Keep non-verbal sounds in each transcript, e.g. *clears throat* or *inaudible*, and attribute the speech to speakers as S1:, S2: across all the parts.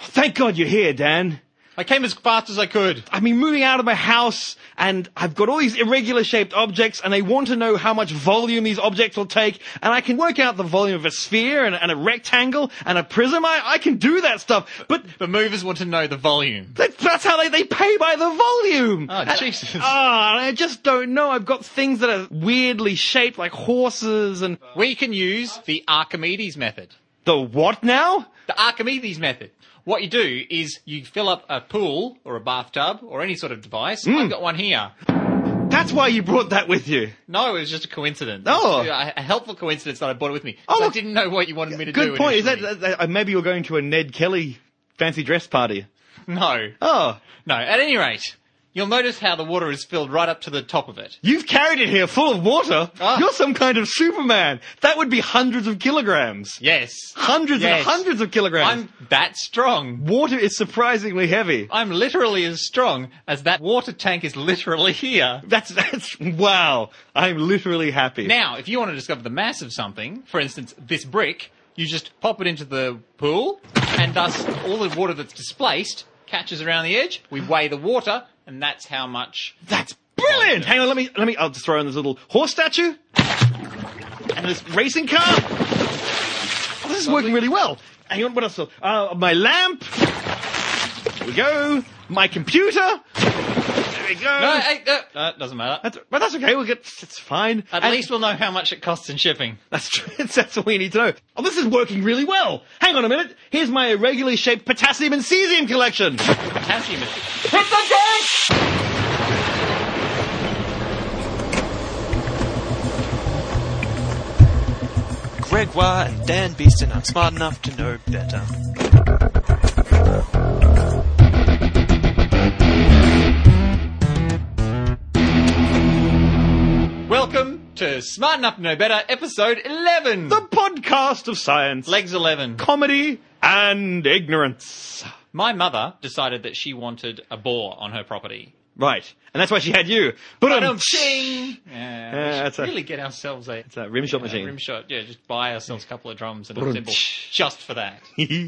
S1: Thank God you're here, Dan.
S2: I came as fast as I could.
S1: I've been moving out of my house and I've got all these irregular shaped objects and I want to know how much volume these objects will take and I can work out the volume of a sphere and, and a rectangle and a prism. I, I can do that stuff, but
S2: The movers want to know the volume.
S1: that's, that's how they, they pay by the volume.
S2: Oh,
S1: And-
S2: Jesus.
S1: Ah, and I just don't know. I've got things that are weirdly shaped like horses and
S2: We can use the Archimedes method.
S1: the what now?
S2: The Archimedes method. What you do is you fill up a pool or a bathtub or any sort of device.
S1: Hmm.
S2: I've got one here.
S1: That's why you brought that with you.
S2: No, it was just a coincidence.
S1: Oh.
S2: A a helpful coincidence that I brought it with me.
S1: Oh,
S2: Oh, I
S1: look.
S2: didn't know what you wanted me to do.
S1: Good point. Is that,
S2: initially.
S1: that, that- uh, maybe you're going to a Ned Kelly fancy dress party?
S2: No.
S1: Oh,
S2: No. At any rate, you'll notice how the water is filled right up to the top of it.
S1: you've carried it here full of water.
S2: Ah.
S1: You're some kind of Superman. That would be hundreds of kilograms.
S2: Yes.
S1: Hundreds
S2: Yes.
S1: and hundreds of kilograms.
S2: I'm that strong.
S1: Water is surprisingly heavy.
S2: I'm literally as strong as that water tank is literally here.
S1: That's that's wow. I'm literally happy.
S2: Now, if you want to discover the mass of something, for instance, this brick, you just pop it into the pool, and thus all the water that's displaced catches around the edge. We weigh the water, and that's how much.
S1: that's brilliant. Hang on, let me let me. I'll just throw in this little horse statue and this racing car. Oh, this is working really well. Hang on, what else? Uh, my lamp. There we go. My computer. There we go.
S2: No, hey, uh, uh, doesn't matter.
S1: That's, but that's okay. We'll get. It's fine.
S2: At
S1: And
S2: least we'll know how much it costs in shipping.
S1: that's true. that's *laughs* all we need to know. Oh, this is working really well. Hang on a minute. Here's my irregularly shaped potassium and cesium collection. Hit
S2: Potassium.
S1: the tank!
S3: Gregoire and Dan Beeston are smart enough to know better.
S2: Welcome to Smart Enough to Know Better, episode 11.
S1: The podcast of science,
S2: Legs 11.
S1: comedy, and ignorance.
S2: My mother decided that she wanted a boar on her property.
S1: Right, and that's why she had you. But
S2: But *laughs*
S1: um,
S2: um, ching! Yeah, we should
S1: that's a-
S2: really get ourselves a,
S1: it's a rim shot
S2: rim
S1: machine.
S2: shot. Yeah, just buy ourselves a couple of drums and a
S1: Brum.
S2: cymbal just for that.
S1: *laughs*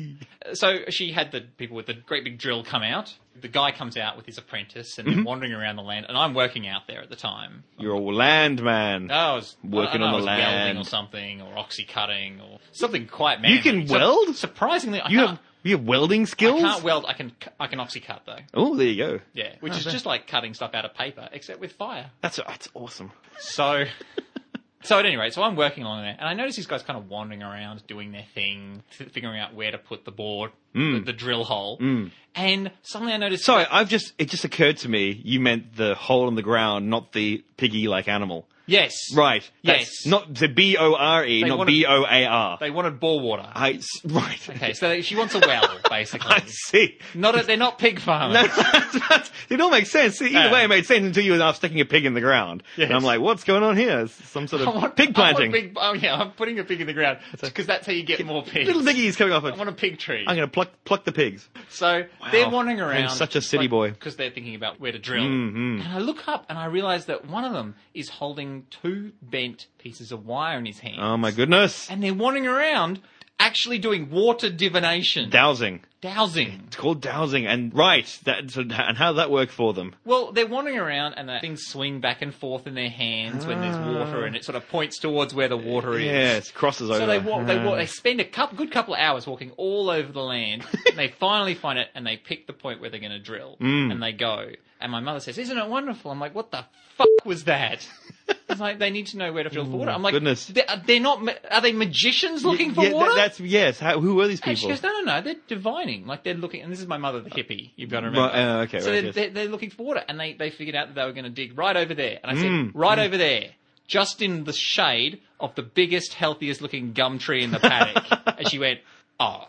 S2: So she had the people with the great big drill come out. The guy comes out with his apprentice and
S1: Mm-hmm.
S2: they're wandering around the land. And I'm working out there at the time.
S1: You're a land man.
S2: No, I was
S1: Working
S2: I- I
S1: on the
S2: was
S1: land.
S2: welding or something, or oxy cutting, or something quite manly.
S1: You can
S2: Sur-
S1: weld?
S2: surprisingly, I
S1: you
S2: can't,
S1: have you have welding
S2: uh, I
S1: skills.
S2: can't weld. I can cu- I can oxy cut though.
S1: oh, there you go.
S2: Yeah, which is just like cutting stuff out of paper, except with fire.
S1: That's that's awesome.
S2: So, so at any rate, so I'm working along there, and I notice these guys kind of wandering around, doing their thing, t- figuring out where to put the board,
S1: Mm.
S2: the, the drill hole, and suddenly I notice.
S1: Sorry, I've just it just occurred to me you meant the hole in the ground, not the piggy-like animal.
S2: yes,
S1: Right. That's
S2: Yes.
S1: Not the B O R E,
S2: They
S1: not
S2: wanna-
S1: B O A R.
S2: They wanted bore water.
S1: I s- right.
S2: *laughs* Okay, so she wants a well, basically.
S1: *laughs* I see. *laughs*
S2: Not a, they're not pig farmers.
S1: No, that's, that's, it all makes sense. Either
S2: Yeah.
S1: way, it made sense until you were half sticking a pig in the ground. And I'm like, what's going on here? It's some sort
S2: *laughs* *laughs* I want-
S1: of pig
S2: I want
S1: planting.
S2: big- oh yeah, I'm putting a pig in the ground because that's how you get more pigs.
S1: Little piggies coming off it.
S2: I want a pig tree.
S1: I'm going to pluck pluck the pigs.
S2: So
S1: Wow.
S2: they're wandering
S1: I'm
S2: around.
S1: such a city boy. Mm-hmm.
S2: Because they're thinking about where to drill. mm And I look up and I realize that one of them is holding two bent pieces of wire in his hand.
S1: Oh my goodness.
S2: And they're wandering around actually doing water divination.
S1: Dowsing.
S2: dowsing.
S1: It's called dowsing. And right. That, so- and how did that work for them?
S2: Well, they're wandering around and the things swing back and forth in their hands when there's
S1: Ah.
S2: water and it sort of points towards where the water is.
S1: Yes, crosses over.
S2: So they walk, they walk,
S1: Ah.
S2: they spend a couple, good couple of hours walking all over
S1: *laughs*
S2: the land. and they finally find it, and they pick the point where they're going to drill,
S1: Mm.
S2: and they go. And my mother says, "Isn't it wonderful?" I'm like, "What the fuck
S1: *laughs*
S2: was that?" It's like they need to know where to drill for water. I'm like,
S1: goodness.
S2: They're, they're not. ma- Are they magicians looking for
S1: Yeah, that-
S2: water?"
S1: that's yes. How, who were these
S2: and she
S1: people?
S2: goes, "No, no, no. They're divining. Like they're looking." And this is my mother, the hippie. You've got to remember.
S1: Right, uh, okay,
S2: So
S1: right,
S2: they're,
S1: yes.
S2: they're, they're looking for water, and they they figured out that they were going to dig right over there. And I said,
S1: Mm,
S2: "Right over there." Just in the shade of the biggest, healthiest looking gum tree in the
S1: *laughs*
S2: paddock. and she went, Oh,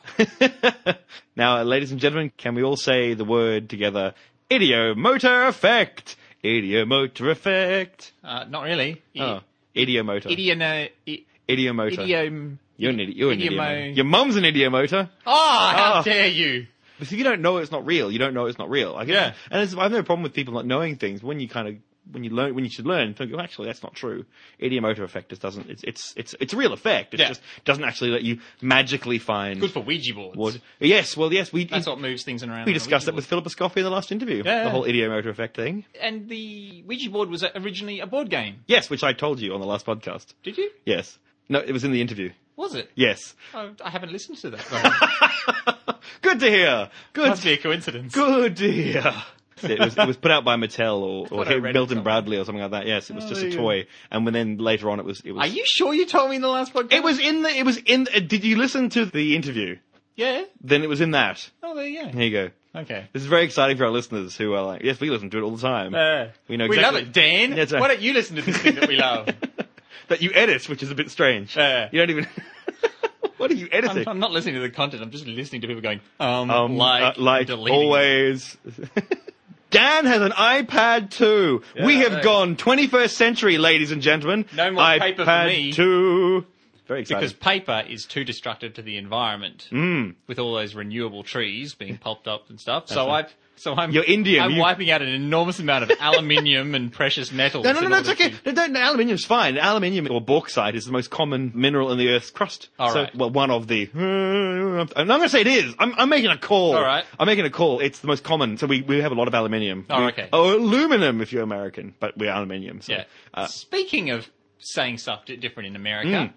S1: Now, ladies and gentlemen, can we all say the word together? Idiomotor effect. Idiomotor effect.
S2: uh, not really.
S1: Oh, idiomotor.
S2: Idioma. i-
S1: idiomotor.
S2: Idiom.
S1: You're an idiot. You're an
S2: Idiomo-
S1: idiomo. Your mum's an idiomotor.
S2: Oh, how
S1: Oh.
S2: dare you!
S1: Because if you don't know it's not real, you don't know it's not real. I guess.
S2: Yeah.
S1: And it's, I have no problem with people not knowing things. When you kind of when you learn when you should learn. Think, oh, actually, that's not true. Idiomotor effect just doesn't. It's it's it's it's a real effect. It
S2: Yeah.
S1: just doesn't actually let you magically find
S2: Good for Ouija boards.
S1: wood. Yes, well, yes, we
S2: That's what moves things around.
S1: we
S2: on a
S1: discussed
S2: Ouija
S1: that with Philip Ascoffy in the last interview.
S2: Yeah,
S1: the
S2: yeah.
S1: whole idiomotor effect thing.
S2: board. And the Ouija board was originally a board game.
S1: Yes, which I told you on the last podcast.
S2: Did you?
S1: Yes. No, it was in the interview.
S2: Was it?
S1: Yes. *laughs*
S2: Oh, I haven't listened to that. Well,
S1: Good to hear. Good.
S2: must be a
S1: *laughs*
S2: coincidence.
S1: Good to hear. It was, it was put out by Mattel or, or
S2: thought I read it
S1: Milton
S2: somewhere.
S1: Bradley or something like that. Yes, it was
S2: Oh,
S1: just
S2: there
S1: a
S2: you
S1: toy, and when then later on it was it was.
S2: Are you sure you told me in the last podcast?
S1: It was in the. It was in. Uh, did you listen to the interview?
S2: Yeah.
S1: Then it was in that.
S2: Oh, there you go.
S1: Here you go.
S2: Okay.
S1: This is very exciting for our listeners who are like, yes, we listen to it all the time.
S2: Uh,
S1: we know
S2: we love
S1: exactly
S2: it, Dan.
S1: That's right.
S2: Why don't you listen to this thing that we
S1: *laughs*
S2: love?
S1: that you edit, which is a bit strange.
S2: Uh,
S1: you don't even. *laughs* what are you editing?
S2: I'm, I'm not listening to the content. I'm just listening to people going, um,
S1: Um,
S2: like,
S1: uh, like
S2: deleting it.
S1: always. *laughs* Dan has an iPad 2. we
S2: Yeah,
S1: have
S2: hey.
S1: gone 21st century, ladies and gentlemen.
S2: No more
S1: iPad
S2: paper for me.
S1: 2. Very exciting.
S2: Because paper is too destructive to the environment
S1: Hmm.
S2: with all those renewable trees
S1: *laughs*
S2: being pulped up and stuff. So I've so I'm
S1: You're Indian,
S2: I'm
S1: you-
S2: wiping out an enormous amount
S1: *laughs*
S2: of aluminium and precious metals.
S1: no, no, no,
S2: in
S1: no, it's
S2: order
S1: okay.
S2: to-
S1: No, no, aluminium's fine. Aluminium or bauxite is the most common mineral in the Earth's crust.
S2: All
S1: so,
S2: right.
S1: well, one of the. I'm not going to say it is. I'm, I'm making a call.
S2: All right.
S1: I'm making a call. It's the most common. So we, we have a lot of aluminium.
S2: Oh,
S1: We-
S2: okay.
S1: Oh, aluminum if you're American, but we're aluminium. So,
S2: Yeah.
S1: uh, Hmm.
S2: Speaking of saying stuff di- different in America.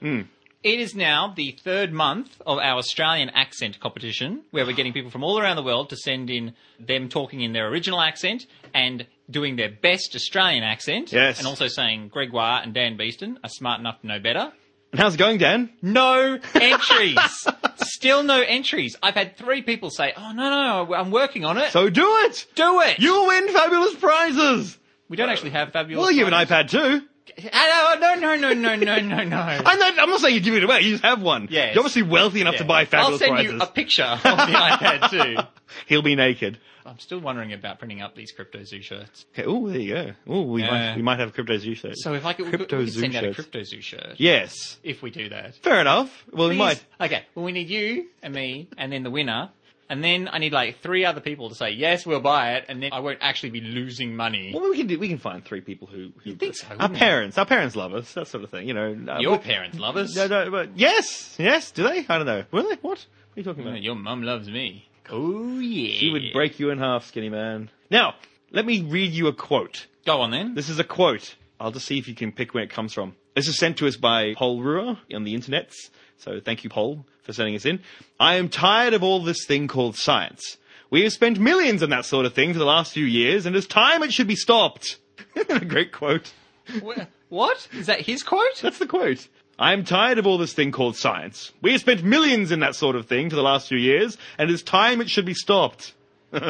S2: It is now the third month of our Australian accent competition, where we're getting people from all around the world to send in them talking in their original accent and doing their best Australian accent.
S1: Yes.
S2: And also saying Gregoire and Dan Beeston are smart enough to know better.
S1: and how's it going, Dan?
S2: No
S1: *laughs*
S2: entries. Still no entries. I've had three people say, "Oh no, no, no I'm working on it."
S1: So do it!
S2: do it.
S1: You'll win fabulous prizes!
S2: we don't actually have fabulous.
S1: We'll give an
S2: prizes.
S1: iPad too.
S2: Ah, No, no, no, no, no,
S1: *laughs*
S2: no, no.
S1: I'm not, I'm not saying you give it away, you just have one.
S2: Yes.
S1: You're obviously wealthy enough to buy
S2: I'll
S1: fabulous
S2: send
S1: prizes.
S2: you a picture of the iPad too.
S1: *laughs* He'll be naked.
S2: I'm still wondering about printing up these crypto zoo shirts.
S1: Okay, oh, there you go. Oh, we,
S2: Yeah.
S1: might, we might have crypto zoo shirts.
S2: So if I could, we could,
S1: Crypto
S2: we could
S1: zoo
S2: send out a
S1: shirts.
S2: crypto zoo shirt
S1: yes.
S2: if we do that.
S1: Fair enough. Well, we
S2: Please.
S1: might.
S2: Okay. Well, we need you and me, and then the winner, and then I need like three other people to say yes, we'll buy it, and then I won't actually be losing money.
S1: Well, we can do. We can find three people who. who you
S2: think so,
S1: Our
S2: wouldn't you?
S1: parents. Our parents love us. That sort of thing. You know. uh,
S2: Your
S1: we-
S2: parents love us.
S1: No, no, but yes, yes. Do they? I don't know. Will they? What? What are you talking
S2: No,
S1: about?
S2: Your mum loves me. Oh Mm, yeah.
S1: He would break you in half, skinny man. Now, let me read you a quote.
S2: Go on then.
S1: This is a quote. I'll just see if you can pick where it comes from. This is sent to us by Paul Ruhr on the internets. So thank you, Paul, for sending us in. I am tired of all this thing called science. We have spent millions on that sort of thing for the last few years, and it's time it should be stopped. *laughs* Isn't that a great quote?
S2: Wh- what is that?
S1: *laughs*
S2: His quote?
S1: That's the quote. I am tired of all this thing called science. We have spent millions in that sort of thing for the last few years, and it's time it should be stopped.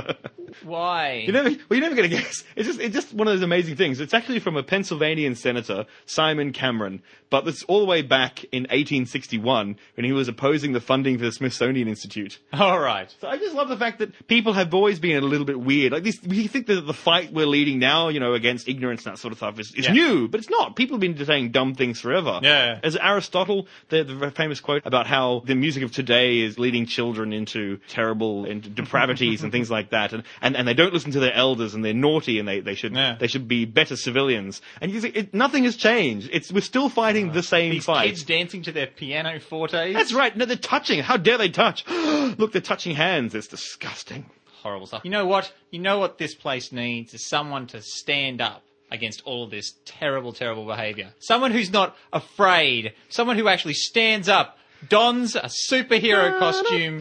S1: *laughs*
S2: Why?
S1: You never, well, you're never going to guess. It's just, it's just one of those amazing things. It's actually from a Pennsylvanian senator, Simon Cameron, but it's all the way back in 1861 when he was opposing the funding for the Smithsonian Institute.
S2: All right.
S1: So I just love the fact that people have always been a little bit weird. Like this, we think that the fight we're leading now, you know, against ignorance and that sort of stuff is, is
S2: Yeah.
S1: new, but it's not. People have been saying dumb things forever.
S2: Yeah.
S1: As Aristotle, the, the famous quote about how the music of today is leading children into terrible and depravities and things like that, and, and and they don't listen to their elders and they're naughty and they they should
S2: Yeah.
S1: they should be better civilians. And you think it, nothing has changed. It's we're still fighting the same
S2: These
S1: fight.
S2: kids dancing to their piano fortes.
S1: That's right. No, they're touching. How dare they touch? *gasps* Look, they're touching hands. It's disgusting.
S2: horrible stuff. You know what? You know what this place needs is someone to stand up against all of this terrible, terrible behavior. Someone who's not afraid. Someone who actually stands up, dons a superhero costume,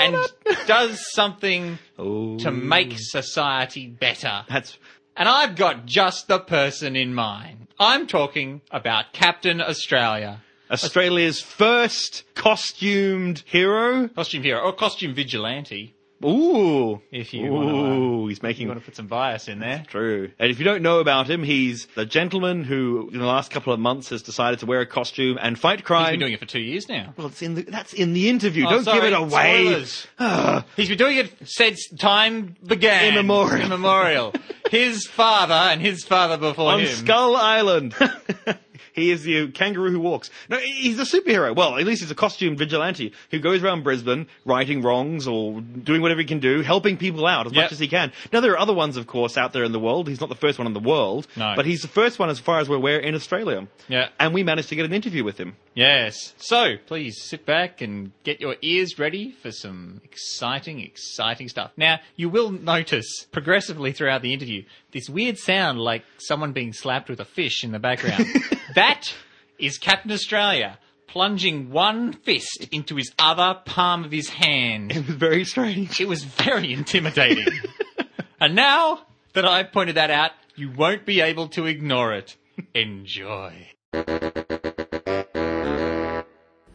S2: and does something
S1: Oh.
S2: to make society better.
S1: That's
S2: And I've got just the person in mind. I'm talking about Captain Australia.
S1: Australia's first costumed hero.
S2: Costume hero, or costume vigilante.
S1: Ooh.
S2: If you wanna, uh,
S1: Ooh, he's
S2: You
S1: making
S2: want to put some bias in there?
S1: True. And if you don't know about him, he's the gentleman who, in the last couple of months, has decided to wear a costume and fight
S2: He's
S1: crime.
S2: been doing it for two years now.
S1: well, it's in the, that's in the interview.
S2: Oh,
S1: don't give
S2: sorry,
S1: it away. Ah.
S2: spoilers. He's been doing it since time began.
S1: Immemorial. *laughs*
S2: Immemorial. his father and his father before
S1: On
S2: him. *laughs*
S1: Skull Island.
S4: *laughs* He is the kangaroo who walks. No, he's a superhero. Well, at least he's a costumed vigilante who goes around Brisbane righting wrongs or doing whatever he can do, helping people out as
S2: Yep.
S4: much as he can. Now there are other ones, of course, out there in the world. He's not the first one in the world,
S2: No.
S4: but he's the first one as far as we're aware in Australia.
S2: Yeah.
S4: and we managed to get an interview with him. *laughs*
S2: Yes. So please sit back and get your ears ready for some exciting, exciting stuff. Now, you will notice progressively throughout the interview this weird sound like someone being slapped with a fish in
S1: *laughs*
S2: the background. that is Captain Australia plunging one fist into his other palm of his hand.
S4: It was very strange.
S2: It was very
S5: *laughs*
S2: intimidating. and now that I've pointed that out, you won't be able to ignore it. Enjoy.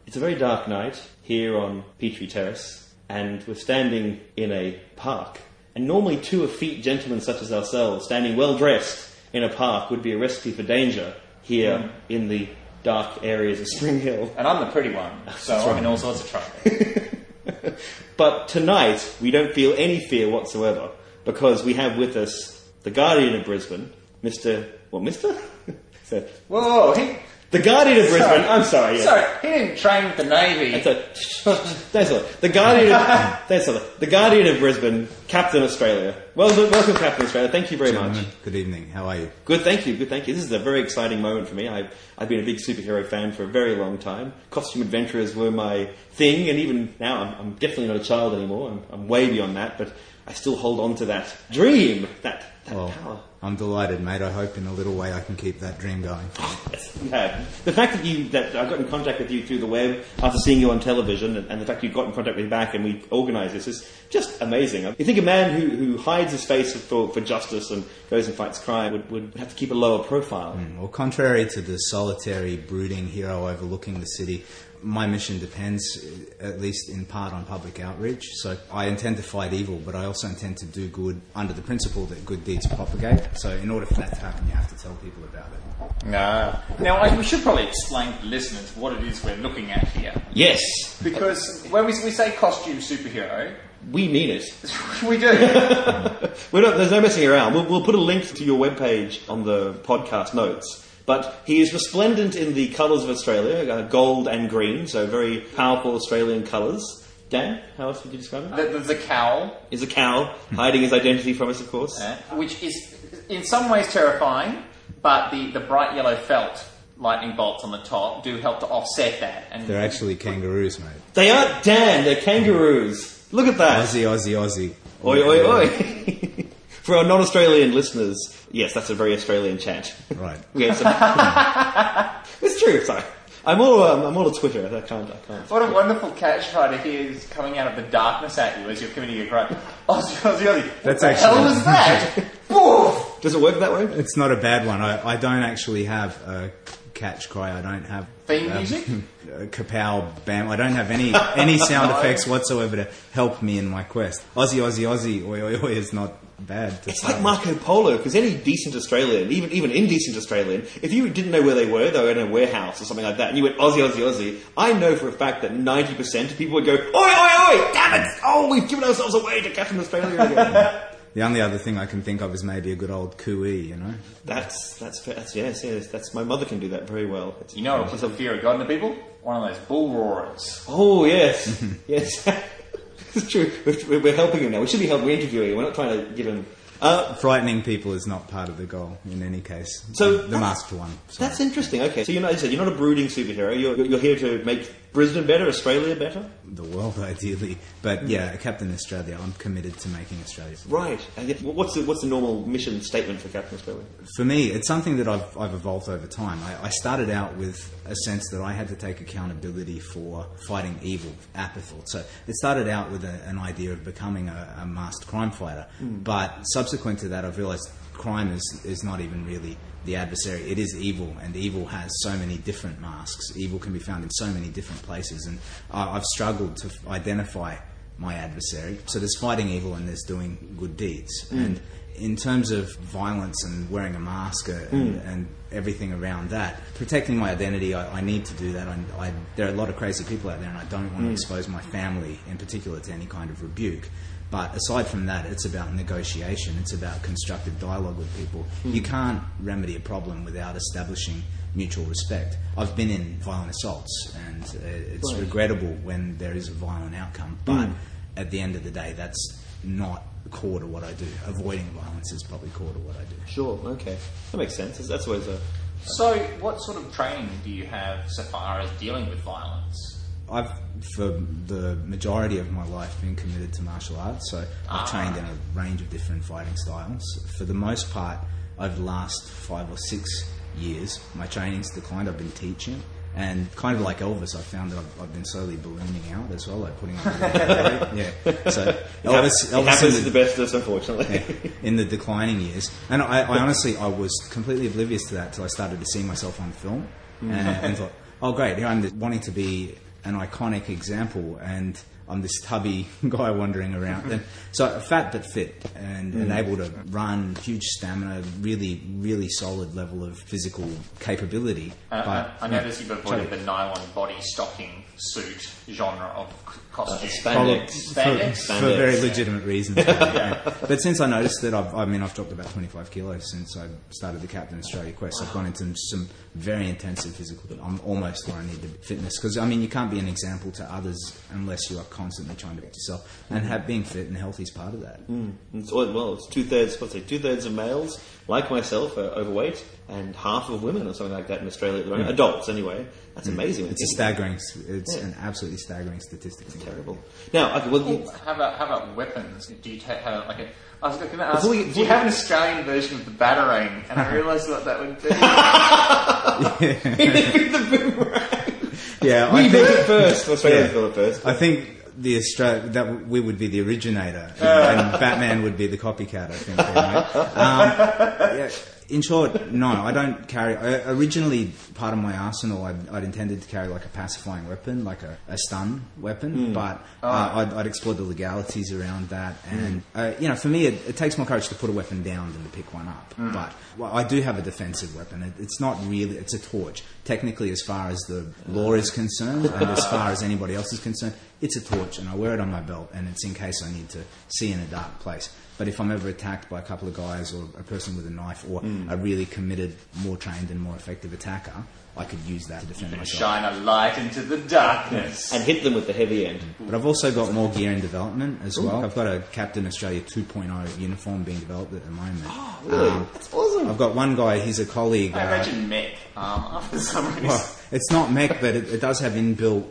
S1: It's a very dark night here on Petrie Terrace, and we're standing in a park. And normally, two effete gentlemen such as ourselves, standing well dressed in a park, would be a recipe for danger here in the dark areas of Spring Hill.
S5: And I'm the pretty *laughs* one, so I'm in all sorts of trouble.
S1: But tonight, we don't feel any fear whatsoever because we have with us the Guardian of Brisbane, Mr. What, *laughs* Mr.? So,
S5: *laughs* Whoa, he,
S1: the Guardian of Brisbane, I'm sorry. yes.
S5: sorry, he didn't train with the Navy.
S1: *laughs* That's a, that's a, the Guardian. Of, that's a, the Guardian of Brisbane, Captain Australia. Well, welcome, Captain Australia. Thank you very much.
S6: Gentlemen, Good evening. How are you?
S1: Good, thank you. Good, thank you. This is a very exciting moment for me. I've, I've been a big superhero fan for a very long time. Costume adventurers were my thing, and even now, I'm, I'm definitely not a child anymore. I'm, I'm way beyond that, but I still hold on to that dream, that that power.
S6: Well, I'm delighted, mate. I hope in a little way I can keep that dream going.
S1: Yes, you have. The fact that you that I got in contact with you through the web after seeing you on television, and, and the fact you got in contact with me back and we organised this is just amazing. You think a man who, who hides his face for, for justice and goes and fights crime would, would have to keep a lower profile?
S6: Well, contrary to the solitary, brooding hero overlooking the city, my mission depends, uh, at least in part, on public outreach. So I intend to fight evil, but I also intend to do good under the principle that good deeds propagate. So in order for that to happen, you have to tell people about it.
S2: No.
S5: Now, I, we should probably explain to listeners what it is we're looking at here.
S1: Yes,
S5: Because when we, we say costume superhero, *laughs*
S1: we mean it.
S5: we do.
S1: We're not, there's no messing around. We'll, we'll put a link to your webpage on the podcast notes. But he is resplendent in the colours of Australia, uh, gold and green, so very powerful Australian colours. Dan, how else would you describe it?
S5: The, the, the cowl,
S1: is a cow hiding his identity from us, of course.
S5: eh, which is in some ways terrifying, but the, the bright yellow felt lightning bolts on the top do help to offset that. And
S6: They're actually kangaroos, mate.
S1: They aren't Dan, they're kangaroos. Look at that.
S6: Aussie, Aussie, Aussie.
S1: Oi, oi, oi. *laughs* For our non Australian listeners, yes, that's a very Australian chant. *laughs*
S6: Right.
S1: We have some- it's true, sorry. I'm all, um, I'm all on Twitter. I can't, I can't.
S5: What a wonderful catchcry to hear is coming out of the darkness at you as you're committing a *laughs* crime. Aussie, Aussie, Aussie.
S6: That's
S5: what the hell
S6: actually-
S5: was that? Woof!
S1: Does it work that way?
S6: It's not a bad one. I, I don't actually have a catch cry. I don't have
S5: Theme
S6: *laughs*
S5: music?
S6: uh, kapow, bam. I don't have any
S1: *laughs*
S6: any sound effects whatsoever to help me in my quest. Aussie, Aussie, Aussie, oi, oi, oi is not bad. To
S1: It's like Marco Polo, because any decent Australian, even even indecent Australian, if you didn't know where they were, they were in a warehouse or something like that, and you went Aussie, Aussie, Aussie, I know for a fact that 90% of people would go, Oi, oi, oi, damn it! Oh, we've given ourselves away to Captain Australia
S5: *laughs*
S1: again.
S6: The only other thing I can think of is maybe a good old cooey, you know.
S1: that's, that's, fair. that's, yes, yes, that's, my mother can do that very well. It's-
S5: You know what puts the fear of God in the people? One of those bull roarers.
S1: Oh,
S5: *laughs*
S1: yes, yes. *laughs* it's true. We're, we're helping him now. We should be helping, we're interviewing him, we're not trying to give him. Uh,
S6: Frightening people is not part of the goal in any case.
S1: So
S6: the
S1: that's-
S6: masked one. sorry.
S1: That's interesting. Okay, so you're not, as I said, you're not a brooding superhero. You're, you're here to make Brisbane better, Australia better.
S6: the world *laughs* ideally, but yeah, Captain Australia. I'm committed to making Australia.
S1: Right. And yet- What's the, what's the normal mission statement for Captain Australia?
S6: for me, it's something that I've, I've evolved over time. I, I started out with a sense that I had to take accountability for fighting evil, apathy. So it started out with a, an idea of becoming a, a masked crime fighter. But subsequent to that, I've realized crime is, is not even really the adversary. It is evil, and evil has so many different masks. Evil can be found in so many different places. And I, I've struggled to f- identify my adversary. So there's fighting evil and there's doing good deeds. And in terms of violence and wearing a mask uh, and, and everything around that, protecting my identity, I, I need to do that. I, I, there are a lot of crazy people out there, and I don't want to expose my family in particular to any kind of rebuke. But aside from that, it's about negotiation. It's about constructive dialogue with people. You can't remedy a problem without establishing mutual respect. I've been in violent assaults, and uh, it's regrettable when there is a violent outcome. But at the end of the day, that's not core to what I do. Avoiding violence is probably core to what I do.
S7: Sure, okay. That makes sense. That's, that's always a.
S5: So, what sort of training do you have so far as dealing with violence?
S6: I've, for the majority of my life, been committed to martial arts, so I've
S7: Ah.
S6: trained in a range of different fighting styles. For the most part, over the last five or six years, my training's declined. I've been teaching, and kind of like Elvis, I found that I've, I've been slowly ballooning out as well, like putting on.
S7: *laughs*
S6: yeah, so Elvis,
S7: it
S6: Elvis in
S7: happens to
S6: the-
S7: the best of us, unfortunately.
S6: *laughs* in the declining years. And I, I honestly, I was completely oblivious to that till I started to see myself on film and, and thought, oh, great, here I'm wanting to be an iconic example and I'm this tubby *laughs* guy wandering around. And so fat but fit and, and able to run, huge stamina, really, really solid level of physical capability.
S5: Uh,
S6: but
S5: I, I notice you've avoided the nylon body stocking suit genre of c- costume.
S7: Spandex.
S5: Spandex?
S6: for very legitimate reasons. yeah. But since I noticed that, I've, I mean, I've dropped about 25 kilos since I started the Captain Australia Quest. I've gone into some very intensive physical. I'm almost where I need to be fitness because I mean, you can't be an example to others unless you are constantly trying to beat yourself. And have, being fit and healthy is part of that.
S7: *laughs* Mm. It's, all- well, it's two thirds. What's it? Two thirds of males, like myself, are overweight, and half of women, or something like that, in Australia at the moment. Adults, anyway. That's amazing.
S6: Hmm. It's a
S7: It's
S6: staggering. s- It's an absolutely staggering statistic.
S7: terrible. Now, okay, well, you-
S5: How about how about weapons? Do you ta- have like a? I was going to ask.
S7: Before you-
S5: do
S7: before
S5: you
S7: you-
S5: have an Australian version of the batarang? And I realised what that would do.
S6: Yeah,
S7: we
S6: I
S7: built
S6: think,
S7: it first. Australia
S6: Yeah.
S7: built it first.
S6: I think the Austra- that w- we would be the originator,
S7: Uh.
S6: and Batman would be the copycat. I think. you know. um, yeah, in short, no, I don't carry. I, originally, part of my arsenal, I'd, I'd intended to carry like a pacifying weapon, like a, a stun weapon, but uh, I'd, I'd explored the legalities around that. And, uh, you know, for me, it, it takes more courage to put a weapon down than to pick one up. But well, I do have a defensive weapon. It, it's not really, it's a torch. Technically, as far as the law is concerned, and as far as anybody else is concerned, it's a torch, and I wear it on my belt, and it's in case I need to see in a dark place. But if I'm ever attacked by a couple of guys or a person with a knife or a really committed, more trained and more effective attacker, I could use that to defend myself.
S5: Shine a light into the darkness.
S7: and hit them with the heavy end.
S6: But I've also got more gear in development as well. I've got a Captain Australia 2.0 uniform being developed at the moment. Oh,
S7: *gasps* Really? That's awesome.
S6: I've got one guy, he's a colleague.
S5: I
S6: uh,
S5: imagine mech armor for some reason.
S6: well, *laughs* it's not mech, but it, it does have inbuilt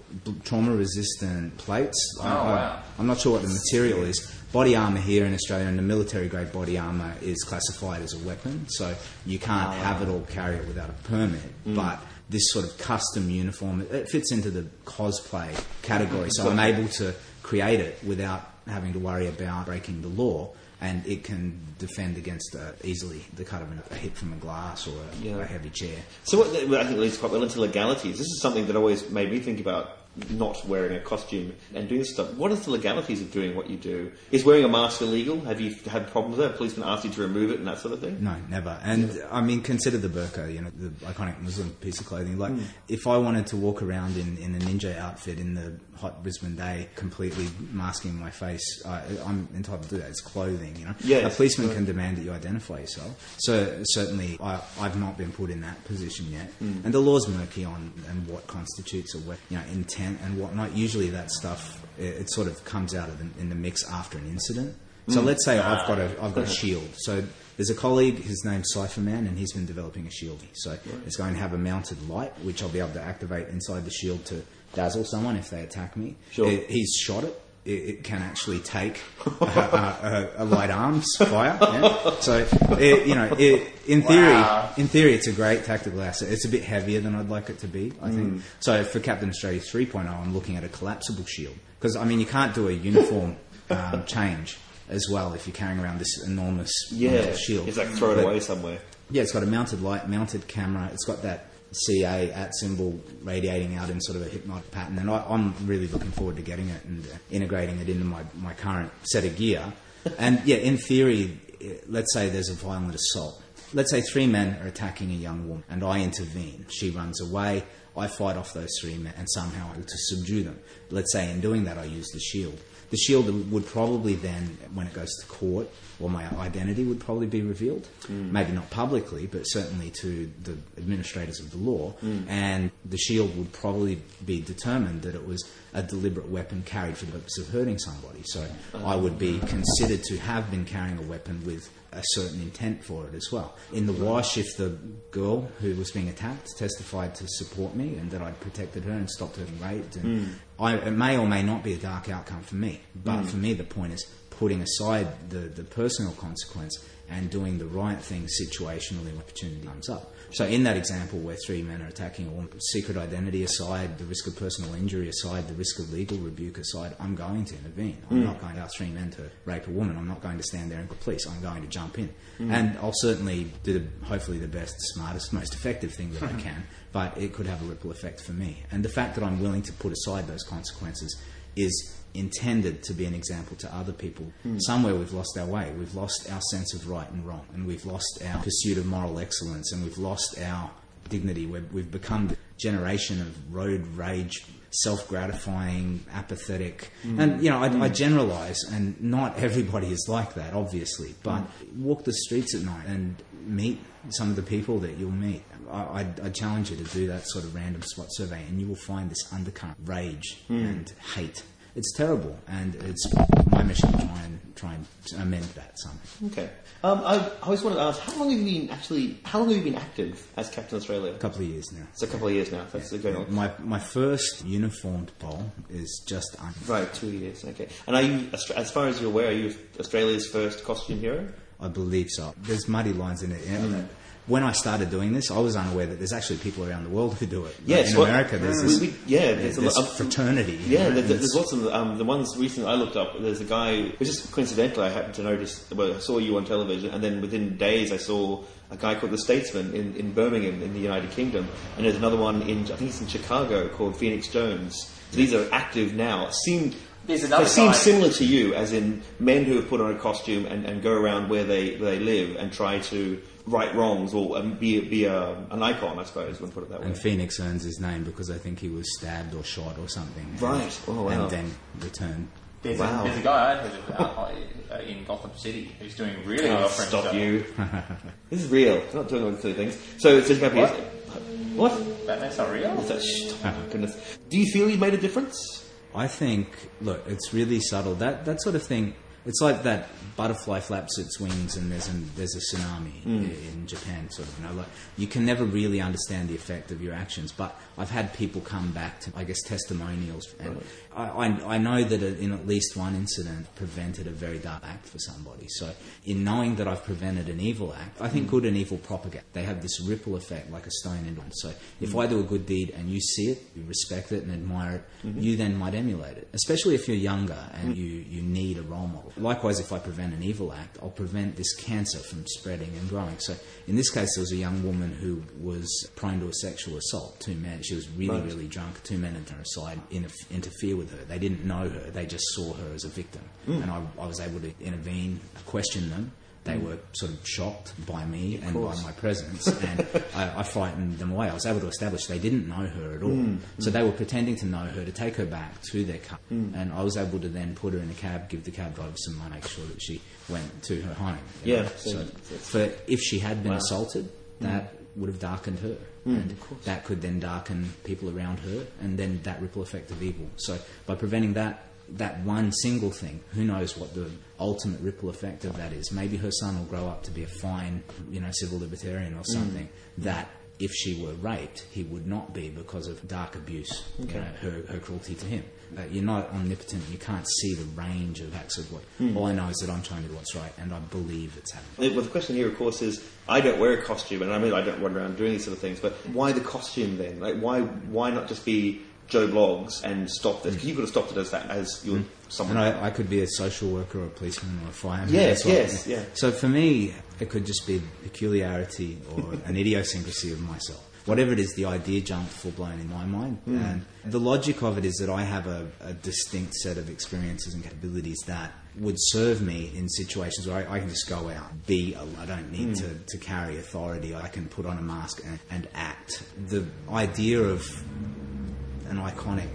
S6: trauma resistant plates. Oh, I,
S5: wow.
S6: am not sure what the material is. Body armour here in Australia and the military grade body armour is classified as a weapon, so you can't have it or carry it without a permit. But this sort of custom uniform, it, it fits into the cosplay category, so I'm able to create it without having to worry about breaking the law. And it can defend against uh, easily the cut of a hit from a glass or a,
S7: Yeah.
S6: a heavy chair.
S7: So what, well, I think leads quite well into legalities. This is something that always made me think about not wearing a costume and doing this stuff. What is the legalities of doing what you do? Is wearing a mask illegal? Have you had problems there? Policemen asked you to remove it and that sort of thing?
S6: No, never. And I mean, consider the burqa, you know, the iconic Muslim piece of clothing. Like, if I wanted to walk around in, in a ninja outfit in the hot Brisbane day, completely masking my face, I, I'm entitled to do that. It's clothing, you know.
S7: Yes.
S6: a policeman can demand that you identify yourself. So certainly, I, I've not been put in that position yet. And the law's murky on and what constitutes a we- you know intent and whatnot. Usually, that stuff it, it sort of comes out of the, in the mix after an incident. So let's say I've got a I've got a shield. So there's a colleague, his name's Cypherman, and he's been developing a shield. So it's going to have a mounted light, which I'll be able to activate inside the shield to dazzle someone if they attack me.
S7: Sure.
S6: It- he's shot it. It, it can actually take a, a, a, a light arms fire. yeah. So it, you know, it, in theory,
S5: Wow.
S6: in theory, it's a great tactical asset. It's a bit heavier than I'd like it to be. I
S7: Hmm.
S6: think. So for Captain Australia 3.0, I'm looking at a collapsible shield because I mean you can't do a uniform um, change as well if you're carrying around this enormous
S7: Yeah.
S6: metal shield.
S7: It's like throw it
S6: But-
S7: away somewhere.
S6: yeah, it's got a mounted light, mounted camera. It's got that CA at symbol radiating out in sort of a hypnotic pattern. And I, I'm really looking forward to getting it and uh, integrating it into my, my current set of gear. And yeah, in theory, eh, let's say there's a violent assault. Let's say three men are attacking a young woman and I intervene. She runs away. I fight off those three men and somehow able to subdue them. Let's say in doing that, I use the shield. The shield would probably then, when it goes to court, well, my identity would probably be revealed. Maybe not publicly, but certainly to the administrators of the law. And the shield would probably be determined that it was a deliberate weapon carried for the purpose of hurting somebody. So I would be considered to have been carrying a weapon with a certain intent for it as well. In the wash, if the girl who was being attacked testified to support me and that I'd protected her and stopped her being raped, and I, it may or may not be a dark outcome for me. But for me, the point is putting aside the, the personal consequence and doing the right thing situationally when opportunity comes up. So in that example where three men are attacking a woman, secret identity aside, the risk of personal injury aside, the risk of legal rebuke aside, I'm going to intervene. I'm not going to ask three men to rape a woman. I'm not going to stand there and call police. I'm going to jump in. And I'll certainly do the, hopefully the best, smartest, most effective thing that I can, but it could have a ripple effect for me. And the fact that I'm willing to put aside those consequences is intended to be an example to other people. Somewhere we've lost our way. We've lost our sense of right and wrong, and we've lost our pursuit of moral excellence, and we've lost our dignity. We've, we've become the generation of road rage, self gratifying, apathetic. And, you know, I, I generalize, and not everybody is like that, obviously, but walk the streets at night and meet some of the people that you'll meet. I, I, I challenge you to do that sort of random spot survey, and you will find this undercurrent rage
S1: Hmm.
S6: and hate. It's terrible, and it's my mission to try and try and amend that somehow.
S1: Okay. Um, I, I always wanted to ask, how long have you been actually? How long have you been active as Captain Australia?
S6: A couple of years now.
S1: It's a couple of years now. That's a good one.
S6: My my first uniformed poll is just un-
S1: Right, two years. Okay. And are you, Austra- as far as you're aware, are you Australia's first costume hero?
S6: I believe so. There's muddy lines in it. you
S1: Hmm.
S6: know, that- When I started doing this, I was unaware that there's actually people around the world who do it. Like,
S1: Yes,
S6: in
S1: well,
S6: America, there's
S1: we-
S6: this,
S1: we- yeah,
S6: there's
S1: there's a
S6: this
S1: lot of-
S6: fraternity.
S1: Yeah,
S6: you know,
S1: there,
S6: and
S1: there's
S6: it's-
S1: lots of um, the ones recently I looked up. There's a guy, which is coincidental. I happened to notice. Well, I saw you on television, and then within days, I saw a guy called the Statesman in, in Birmingham, in the United Kingdom, and there's another one in I think it's in Chicago called Phoenix Jones. So these are active now. Seem
S5: There's another
S1: they seem
S5: guy.
S1: similar to you, as in men who have put on a costume and, and go around where they, they live and try to right wrongs or um, be be a, an icon, I suppose, when put it that way.
S6: And Phoenix earns his name because I think he was stabbed or shot or something. and-
S1: Right. Oh, wow.
S6: And then returned.
S5: There's,
S1: Wow.
S5: a, there's a guy I heard of uh, uh, in Gotham City who's doing really well
S1: Oh,
S5: for
S1: stop
S5: himself.
S1: you. *laughs* this is real. I'm not doing all these silly things. So it's just happy. What? What?
S5: Batman's not real.
S1: What's that? Shh, oh, my goodness. Do you feel you made a difference?
S6: I think, look, it's really subtle. That that sort of thing. It's like that butterfly flaps its wings and there's an, there's a tsunami
S1: Hmm.
S6: i- in Japan. Sort of, you know, like you can never really understand the effect of your actions. But I've had people come back to, I guess, testimonials, and I, I, I know that in at least one incident prevented a very dark act for somebody. So in knowing that I've prevented an evil act, I think good and evil propagate. They have this ripple effect like a stone into one. So if I do a good deed and you see it, you respect it and admire it, you then might emulate it. Especially if you're younger and you, you need a role model. Likewise, if I prevent an evil act, I'll prevent this cancer from spreading and growing. So in this case, there was a young woman who was prone to a sexual assault. Two men, she was really, really drunk. Two men at her side interf- interfere with her. They didn't know her. They just saw her as a victim. And I, I was able to intervene, question them. They were sort of shocked by me and by my presence, and I, I frightened them away. I was able to establish they didn't know her at all, so they were pretending to know her to take her back to their car, and I was able to then put her in a cab, give the cab driver some money, make sure that she went to her home. you
S1: Yeah,
S6: know.
S1: so
S6: So,
S1: it's-
S6: for if she had been assaulted, that would have darkened her, and that could then darken people around her, and then that ripple effect of evil. So by preventing that that one single thing, who knows what the ultimate ripple effect of that is? Maybe her son will grow up to be a fine, you know, civil libertarian or something. That if she were raped, he would not be because of dark abuse, you know, her, her cruelty to him. Uh, you're not omnipotent. You can't see the range of acts of what. All I know is that I'm trying to do what's right, and I believe it's happening.
S1: The- Well, the question here, of course, is I don't wear a costume, and I mean I don't run around doing these sort of things. But why the costume then? Like, why why not just be Joe Blogs and stop this? 'Cause you could have stopped it as that as you're someone.
S6: And I, I could be a social worker or a policeman or a fireman.
S1: Yes,
S6: That's what-
S1: yes, yeah.
S6: So for me, it could just be peculiarity
S1: *laughs*
S6: or an idiosyncrasy of myself. Whatever it is, the idea jumped full blown in my mind.
S1: Hmm.
S6: And the logic of it is that I have a, a distinct set of experiences and capabilities that would serve me in situations where I, I can just go out, be, a- I don't need
S1: Hmm.
S6: to, to carry authority. I can put on a mask and, and act. The idea of an iconic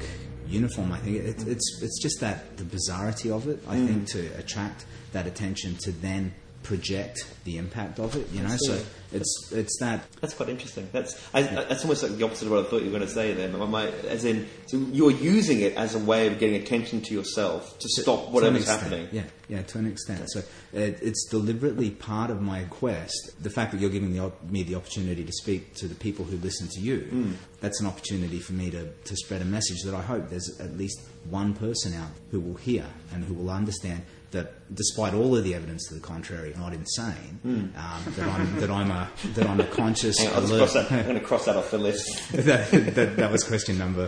S6: uniform. I think it, it's it's just that the bizarrity of it. I think to attract that attention to then project the impact of it. You know, so it's it's that
S7: That's quite interesting. That's I, I- that's almost like the opposite of what I thought you were going to say. There, My- my- as in, so you're using it as a way of getting attention to yourself to stop
S6: to an
S7: whatever's
S6: extent,
S7: happening.
S6: Yeah, yeah, to an extent. So it, it's deliberately part of my quest. The fact that you're giving the, op- me the opportunity to speak to the people who listen to you,
S7: Hmm.
S6: that's an opportunity for me to, to spread a message that I hope there's at least one person out who will hear and who will understand that despite all of the evidence to the contrary, I'm not insane, um, that, I'm, that, I'm a, that I'm a conscious,
S7: Hmm. Hang on, I'll just
S6: alert...
S7: cross that, I'm going to cross that off the list.
S6: that, *laughs* that, that was question number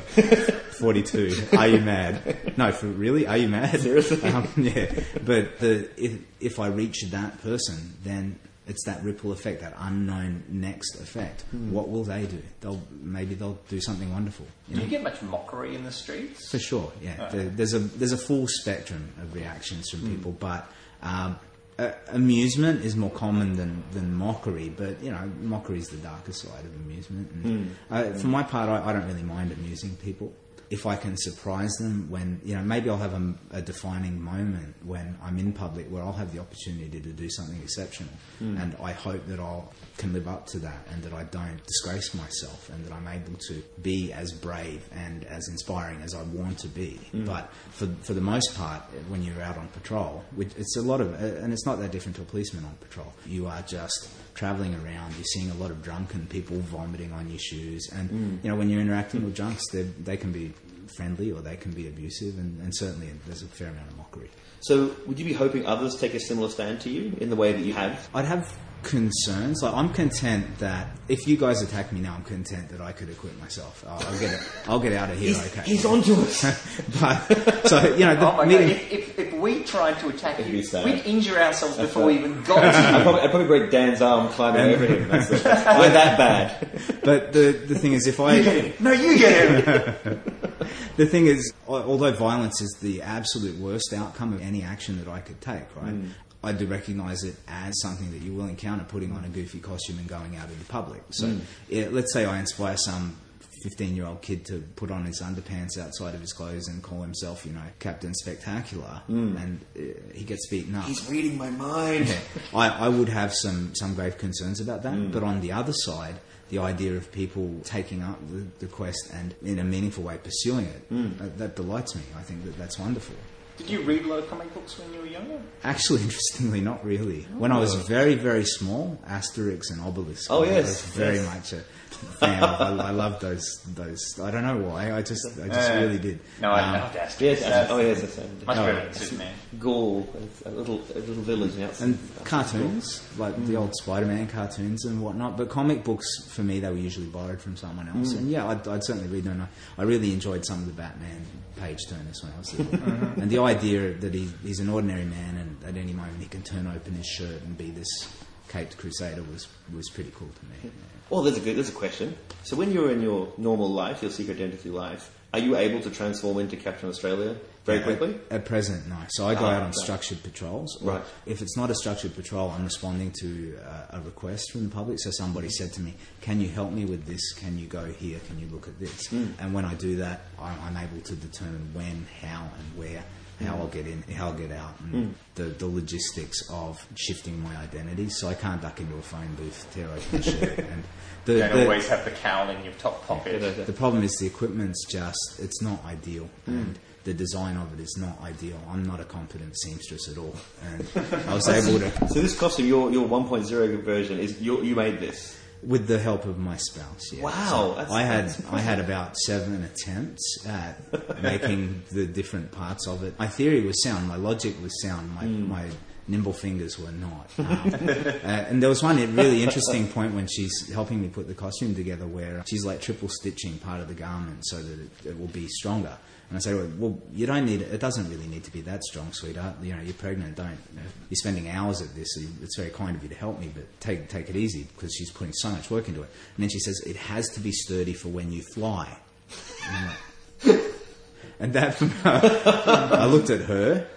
S6: 42. Are you mad? No, for really? Are you mad? Seriously? *laughs* Um, yeah. But the, if, if I reach that person, then it's that ripple effect, that unknown next effect. What will they do? They'll, maybe they'll do something wonderful. You
S5: Do
S6: know?
S5: you get much mockery in the streets?
S6: For sure, yeah. There- There's a there's a full spectrum of reactions from people, but um, uh, amusement is more common than, than mockery. But you know, mockery is the darker side of amusement. And, uh, for my part, I, I don't really mind amusing people if I can surprise them. When you know, maybe I'll have a, a defining moment when I'm in public where I'll have the opportunity to do something exceptional, and I hope that I'll can live up to that and that I don't disgrace myself and that I'm able to be as brave and as inspiring as I want to be. But for, for the most part, when you're out on patrol, which it's a lot of, and it's not that different to a policeman on patrol, you are just traveling around, you're seeing a lot of drunken people vomiting on your shoes. And, you know, when you're interacting with drunks, they they can be friendly or they can be abusive, and, and certainly there's a fair amount of mockery.
S7: So, would you be hoping others take a similar stand to you in the way that you have?
S6: I'd have concerns. Like I'm content that if you guys attack me now, I'm content that I could acquit myself. I'll, I'll get it. I'll get out of here. okay. *laughs*
S7: He's onto us.
S6: but so you know, the
S5: Oh my
S6: meeting.
S5: god, if, if, if we tried to attack
S7: It'd
S5: you,
S7: be sad.
S5: we'd injure ourselves before
S7: right.
S5: we even
S1: *laughs*
S5: got to
S7: I'd, probably, I'd probably break Dan's arm climbing over him. That's *laughs* it. We're that bad.
S6: But the the thing is, if I
S5: you. No, you get him!
S6: *laughs* the thing is, al- although violence is the absolute worst outcome of any action that I could take, right?
S5: Mm.
S6: I do recognise it as something that you will encounter putting on a goofy costume and going out in the public. So,
S5: Mm.
S6: yeah, let's say I inspire some 15 year old kid to put on his underpants outside of his clothes and call himself, you know, Captain Spectacular,
S5: Mm.
S6: and uh, he gets beaten up.
S7: He's reading my mind.
S6: I, I would have some, some grave concerns about that.
S7: Mm.
S6: But on the other side, the idea of people taking up the, the quest and in a meaningful way pursuing it,
S7: Mm.
S6: that, that delights me. I think that that's wonderful.
S5: Did you read a lot of comic books when you were younger?
S6: Actually, *laughs* interestingly, not really. When I was very, very small, Asterix and Obelisk.
S7: Oh,
S6: I
S7: yes,
S6: was very
S7: yes.
S6: much a fan. I, I loved those. Those. I don't know why. I just, I just
S5: Uh,
S6: really did.
S5: No, I
S6: Um,
S5: loved Asterix.
S7: Yes,
S5: That's
S7: oh yes, that's it.
S5: Much better than Superman.
S7: Gaul, a little, a little village outside.
S6: and cartoons like the old Spider-Man cartoons and whatnot. But comic books for me, they were usually borrowed from someone else. And yeah, I'd, I'd certainly read them. I, I really enjoyed some of the Batman page turners when I was little. and the idea that he, he's an ordinary man and at any moment he can turn open his shirt and be this caped crusader was was pretty cool to me.
S7: Well, there's a good, there's a question. So, when you're in your normal life, your secret identity life, are you able to transform into Captain Australia very quickly?
S6: At, at present, no. So I go
S7: Ah,
S6: out on
S7: right.
S6: structured patrols. or
S7: Right.
S6: If it's not a structured patrol, I'm responding to uh, a request from the public. So somebody said to me, "Can you help me with this? Can you go here? Can you look at this?"
S7: Hmm.
S6: And when I do that, I, I'm able to determine when, how, and where.
S7: Hmm.
S6: How I'll get in, how I'll get out, and the, the logistics of shifting my identity. So I can't duck into a phone booth, tear
S7: *laughs*
S6: open the shirt, and the,
S5: You don't
S6: the-
S5: always have the cowl in your top pocket.
S6: the problem is the equipment's just it's not ideal and the design of it is not ideal. I'm not a competent seamstress at all. And
S7: *laughs*
S6: I was able to
S7: So, this costume, your your 1.0 version, is you, you made this.
S6: with the help of my spouse. Yeah.
S7: Wow,
S6: So
S7: that's-
S6: I had
S7: that's-
S6: I had about seven attempts at making the different parts of it. My theory was sound. My logic was sound. My
S7: Hmm.
S6: my nimble fingers were not. Um, *laughs* uh, and there was one really interesting point when she's helping me put the costume together where she's like triple stitching part of the garment so that it, it will be stronger. And I say, well, well, you don't need it. It doesn't really need to be that strong, sweetheart. You know, you're pregnant. Don't. You're spending hours at this. So you- it's very kind of you to help me, but take take it easy because she's putting so much work into it. And then she says, it has to be sturdy for when you fly. And, I'm like- and that, I looked at her.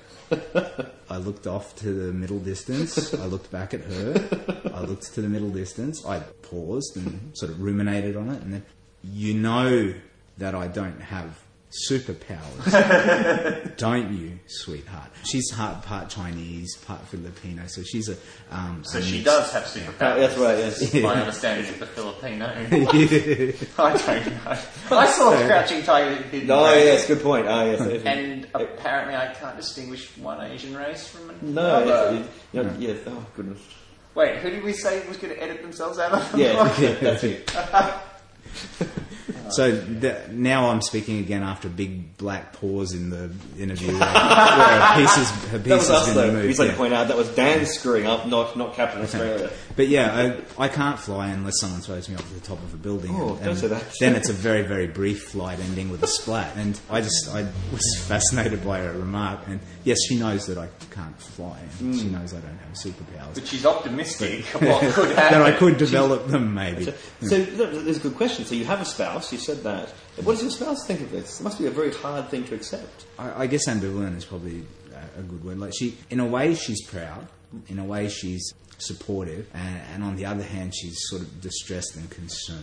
S6: I looked off to the middle distance. I looked back at her. I looked to the middle distance. I paused and sort of ruminated on it, and then you know that I don't have superpowers, don't you, sweetheart? She's part, part Chinese, part Filipino, so she's a. Um,
S5: So she does have superpowers.
S1: That's right, yes.
S5: My understanding of the Filipino. I don't know. I saw Crouching Tiger Hidden
S1: Oh,
S5: Dragon,
S1: yes, good point. Ah, yes. it-
S5: and apparently I can't distinguish one Asian race from
S1: no,
S5: another.
S1: yeah, you- you know, yes. Oh,
S6: *laughs*
S1: goodness.
S5: Wait, who did we say was going to edit themselves out of? the
S1: Yeah,
S5: podcast?
S1: that- *laughs* that's it.
S6: So th- now I'm speaking again after a big black pause in the
S1: *laughs*
S6: interview where, where her pieces, her
S1: That was
S6: pieces
S1: us,
S6: been
S1: though.
S6: removed.
S1: We'd like
S6: yeah.
S1: to point out that was Dan screwing up, not not Captain Australia.
S6: But yeah, I, I can't fly unless someone throws me off the top of a building.
S1: Oh,
S6: and,
S1: don't
S6: and
S1: say that.
S6: Then it's a very, very brief flight ending with a splat. And I just, I was *laughs* fascinated by her remark. And yes, she knows that I can't fly. And
S1: Hmm.
S6: She knows I don't have superpowers.
S5: But she's optimistic. of what could happen?
S6: that I
S1: *laughs*
S6: could develop them, maybe.
S1: So look, there's a good question. So you have a spouse. You said that. What does your spouse think of this? It must be a very hard thing to accept.
S6: I, I guess ambivalent is probably a, a good word. Like she, in a way, she's proud. In a way, she's supportive, and, and on the other hand, she's sort of distressed and concerned.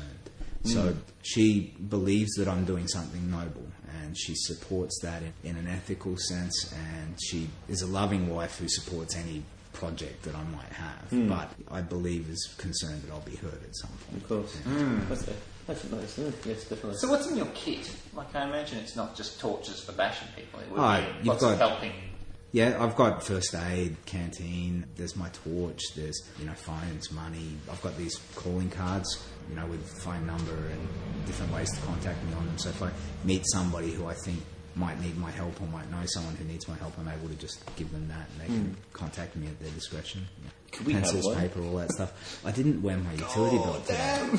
S6: So she believes that I'm doing something noble, and she supports that in, in an ethical sense. And she is a loving wife who supports any project that I might have, but I believe is concerned that I'll be hurt at some point.
S1: Of course.
S6: Hmm.
S1: That's, that's nice. yeah, Yes, definitely.
S5: So what's in your kit? Like I imagine it's not just torches for bashing people. It would
S6: Oh,
S5: be
S6: you've
S5: lots of
S6: got-
S5: helping.
S6: Yeah, I've got first aid, canteen, there's my torch, there's, you know, phones, money. I've got these calling cards, you know, with phone number and different ways to contact me on them. So if I meet somebody who I think might need my help or might know someone who needs my help, I'm able to just give them that and they can contact me at their discretion.
S1: Hmm. we have
S6: Pencils,
S1: one?
S6: paper, all that stuff. I didn't wear my utility belt today.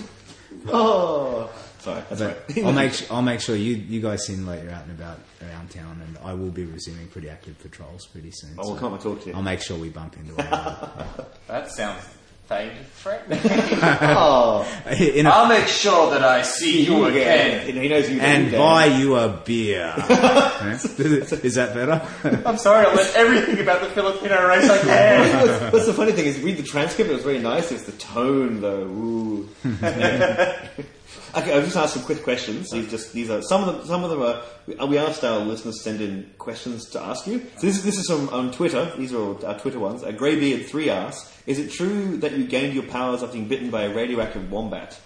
S1: Oh, sorry. That's *laughs*
S6: But
S1: right.
S6: I'll make su- I'll make sure you, you guys seem like you're out and about around town, and I will be resuming pretty active patrols pretty soon.
S1: Oh, I will
S6: so
S1: come and talk to you.
S6: I'll make sure we bump into
S1: *laughs*
S6: one another. *laughs*
S5: That sounds vaguely threatening.
S1: oh,
S6: In a-
S5: I'll make sure that I see you again.
S1: He knows you.
S6: and
S1: Dan.
S6: buy you a
S1: *laughs*
S6: beer. *laughs* Huh? Is that better? *laughs*
S5: I'm sorry, I learned everything about the Filipino race I
S1: *laughs*
S5: can.
S1: What's, what's the funny thing is, read the transcript. It was very nice. It's the tone, though. Ooh. okay, I'll just ask some quick questions. These just these are some of them. Some of them are. we- We asked our listeners to send in questions to ask you. So this is this is from on Twitter. These are all our Twitter ones. A greybeard three asks: Is it true that you gained your powers after being bitten by a radioactive wombat?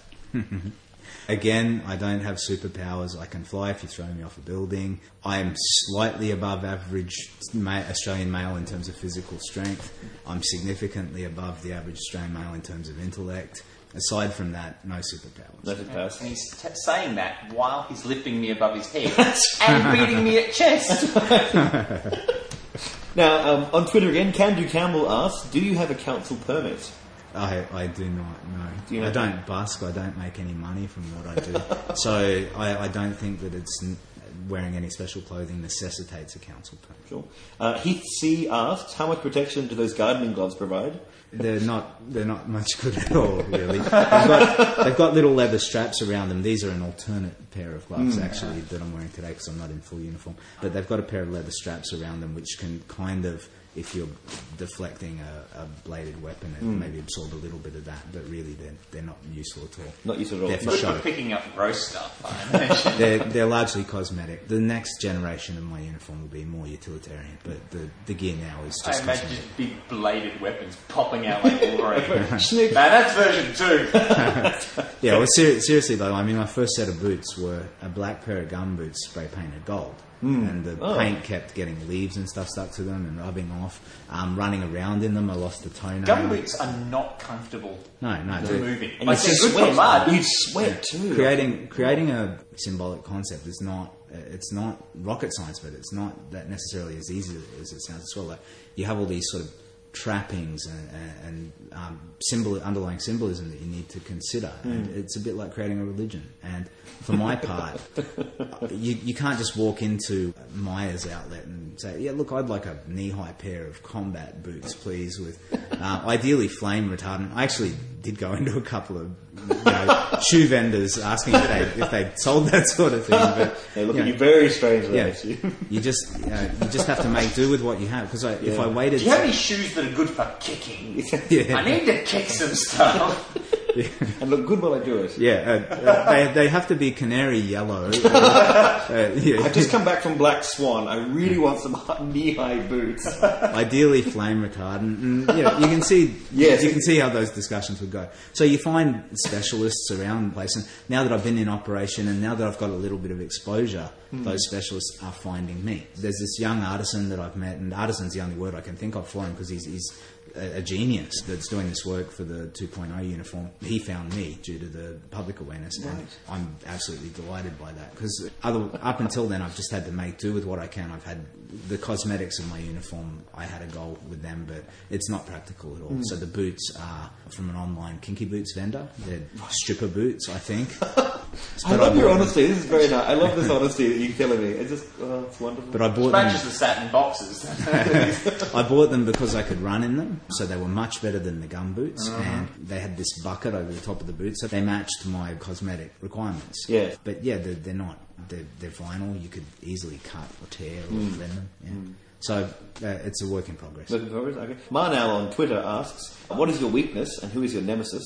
S6: Again, I don't have superpowers. I can fly if you throw me off a building. I am slightly above average ma- Australian male in terms of physical strength. I'm significantly above the average Australian male in terms of intellect. Aside from that, no superpowers.
S1: Noted powers.
S5: And he's t- saying that while he's lifting me above his head and beating me at chest.
S1: Now um, on Twitter again, Can Do Campbell asks: Do you have a council permit?
S6: I, I do not know.
S1: you
S6: I
S1: not-
S6: don't busk. I don't make any money from what I do. *laughs* so I, I don't think that it's n- wearing any special clothing necessitates a council permit.
S1: Sure. Uh, Heath C asks: How much protection do those gardening gloves provide?
S6: They're not they're not much good at all, really. They've got, they've got little leather straps around them. These are an alternate pair of gloves actually that I'm wearing today because I'm not in full uniform. But they've got a pair of leather straps around them which can kind of if you're deflecting a, a bladed weapon, it maybe absorb a little bit of that, but really they're, they're not useful at all.
S1: Not useful at all.
S6: They're for
S5: Good for
S6: show.
S5: picking up gross stuff, I imagine.
S6: they're, they're largely cosmetic. The next generation of my uniform will be more utilitarian, but the, the gear now is
S5: I
S6: just
S5: imagine
S6: cosmetic.
S5: just big bladed weapons popping out like Wolverine.
S1: *laughs*
S5: now
S1: Snoop.
S5: that's version two.
S6: Yeah, well, ser- seriously though, I mean, my first set of boots were a black pair of gum boots spray painted gold.
S5: Hmm.
S6: And the
S1: Oh.
S6: paint kept getting leaves and stuff stuck to them and rubbing off. Um, running around in them, I lost a toenail.
S5: Gum boots are not comfortable
S6: No, no,
S5: to
S6: dude.
S5: moving.
S1: And
S5: Like
S1: you
S5: they're good for
S1: sweat.
S5: mud.
S1: You sweat too.
S6: creating creating a symbolic concept is not it's not rocket science, but it's not that necessarily as easy as it sounds as well. Like you have all these sort of trappings and, and um, symbol underlying symbolism that you need to consider, and it's a bit like creating a religion. And for my part, you, you can't just walk into Myers outlet and say, "Yeah, look, I'd like a knee-high pair of combat boots, please, with uh, ideally flame retardant." I actually did go *laughs* into a couple of you know, shoe vendors asking if they if they sold that sort of thing, but
S1: *laughs*
S7: *laughs*
S1: They look
S6: you
S1: at
S6: know,
S1: you very strangely.
S6: yeah,
S1: actually. *laughs*
S6: you just you, know, you just have to make do with what you have. Because I, if I
S5: Do
S6: waited,
S5: you have any shoes that are good for kicking?
S1: *laughs*
S6: Yeah.
S5: I need to kick some stuff.
S7: and look good while I do it.
S6: *laughs* Yeah, uh, uh, they, they have to be canary yellow. or,
S1: *laughs*
S6: uh, yeah,
S7: I've just come back from Black Swan. I really want some *laughs* knee-high boots.
S6: ideally flame retardant. And, you, know, you can see,
S7: Yes.
S6: you can see how those discussions would go. So you find specialists around the place, and now that I've been in operation, and now that I've got a little bit of exposure, those specialists are finding me. There's this young artisan that I've met, and artisan's the only word I can think of for him because he's. he's a a genius that's doing this work for the 2.0 uniform. He found me due to the public awareness, and I'm absolutely delighted by that because other, up until then, I've just had to make do with what I can. I've had the cosmetics of my uniform, I had a goal with them, but it's not practical at all.
S7: Mm.
S6: So the boots are from an online kinky boots vendor. They're stripper boots, I think.
S7: *laughs* I love your honesty. This is very nice. I love this honesty that you're telling me. It's just, oh, it's wonderful.
S6: But I bought them.
S5: Matches the satin
S1: *laughs*
S5: boxes.
S6: I bought them because I could run in them, so they were much better than the gum boots,
S7: Uh-huh.
S6: and they had this bucket over the top of the boot, so they matched my cosmetic requirements.
S7: Yes.
S6: but yeah, they're, they're not. They're, they're vinyl. You could easily cut or tear or
S7: Hmm.
S6: bend them. Yeah. So uh, it's a work in progress.
S7: Looking forward. Okay. Marnell on Twitter asks, "What is your weakness and who is your nemesis?"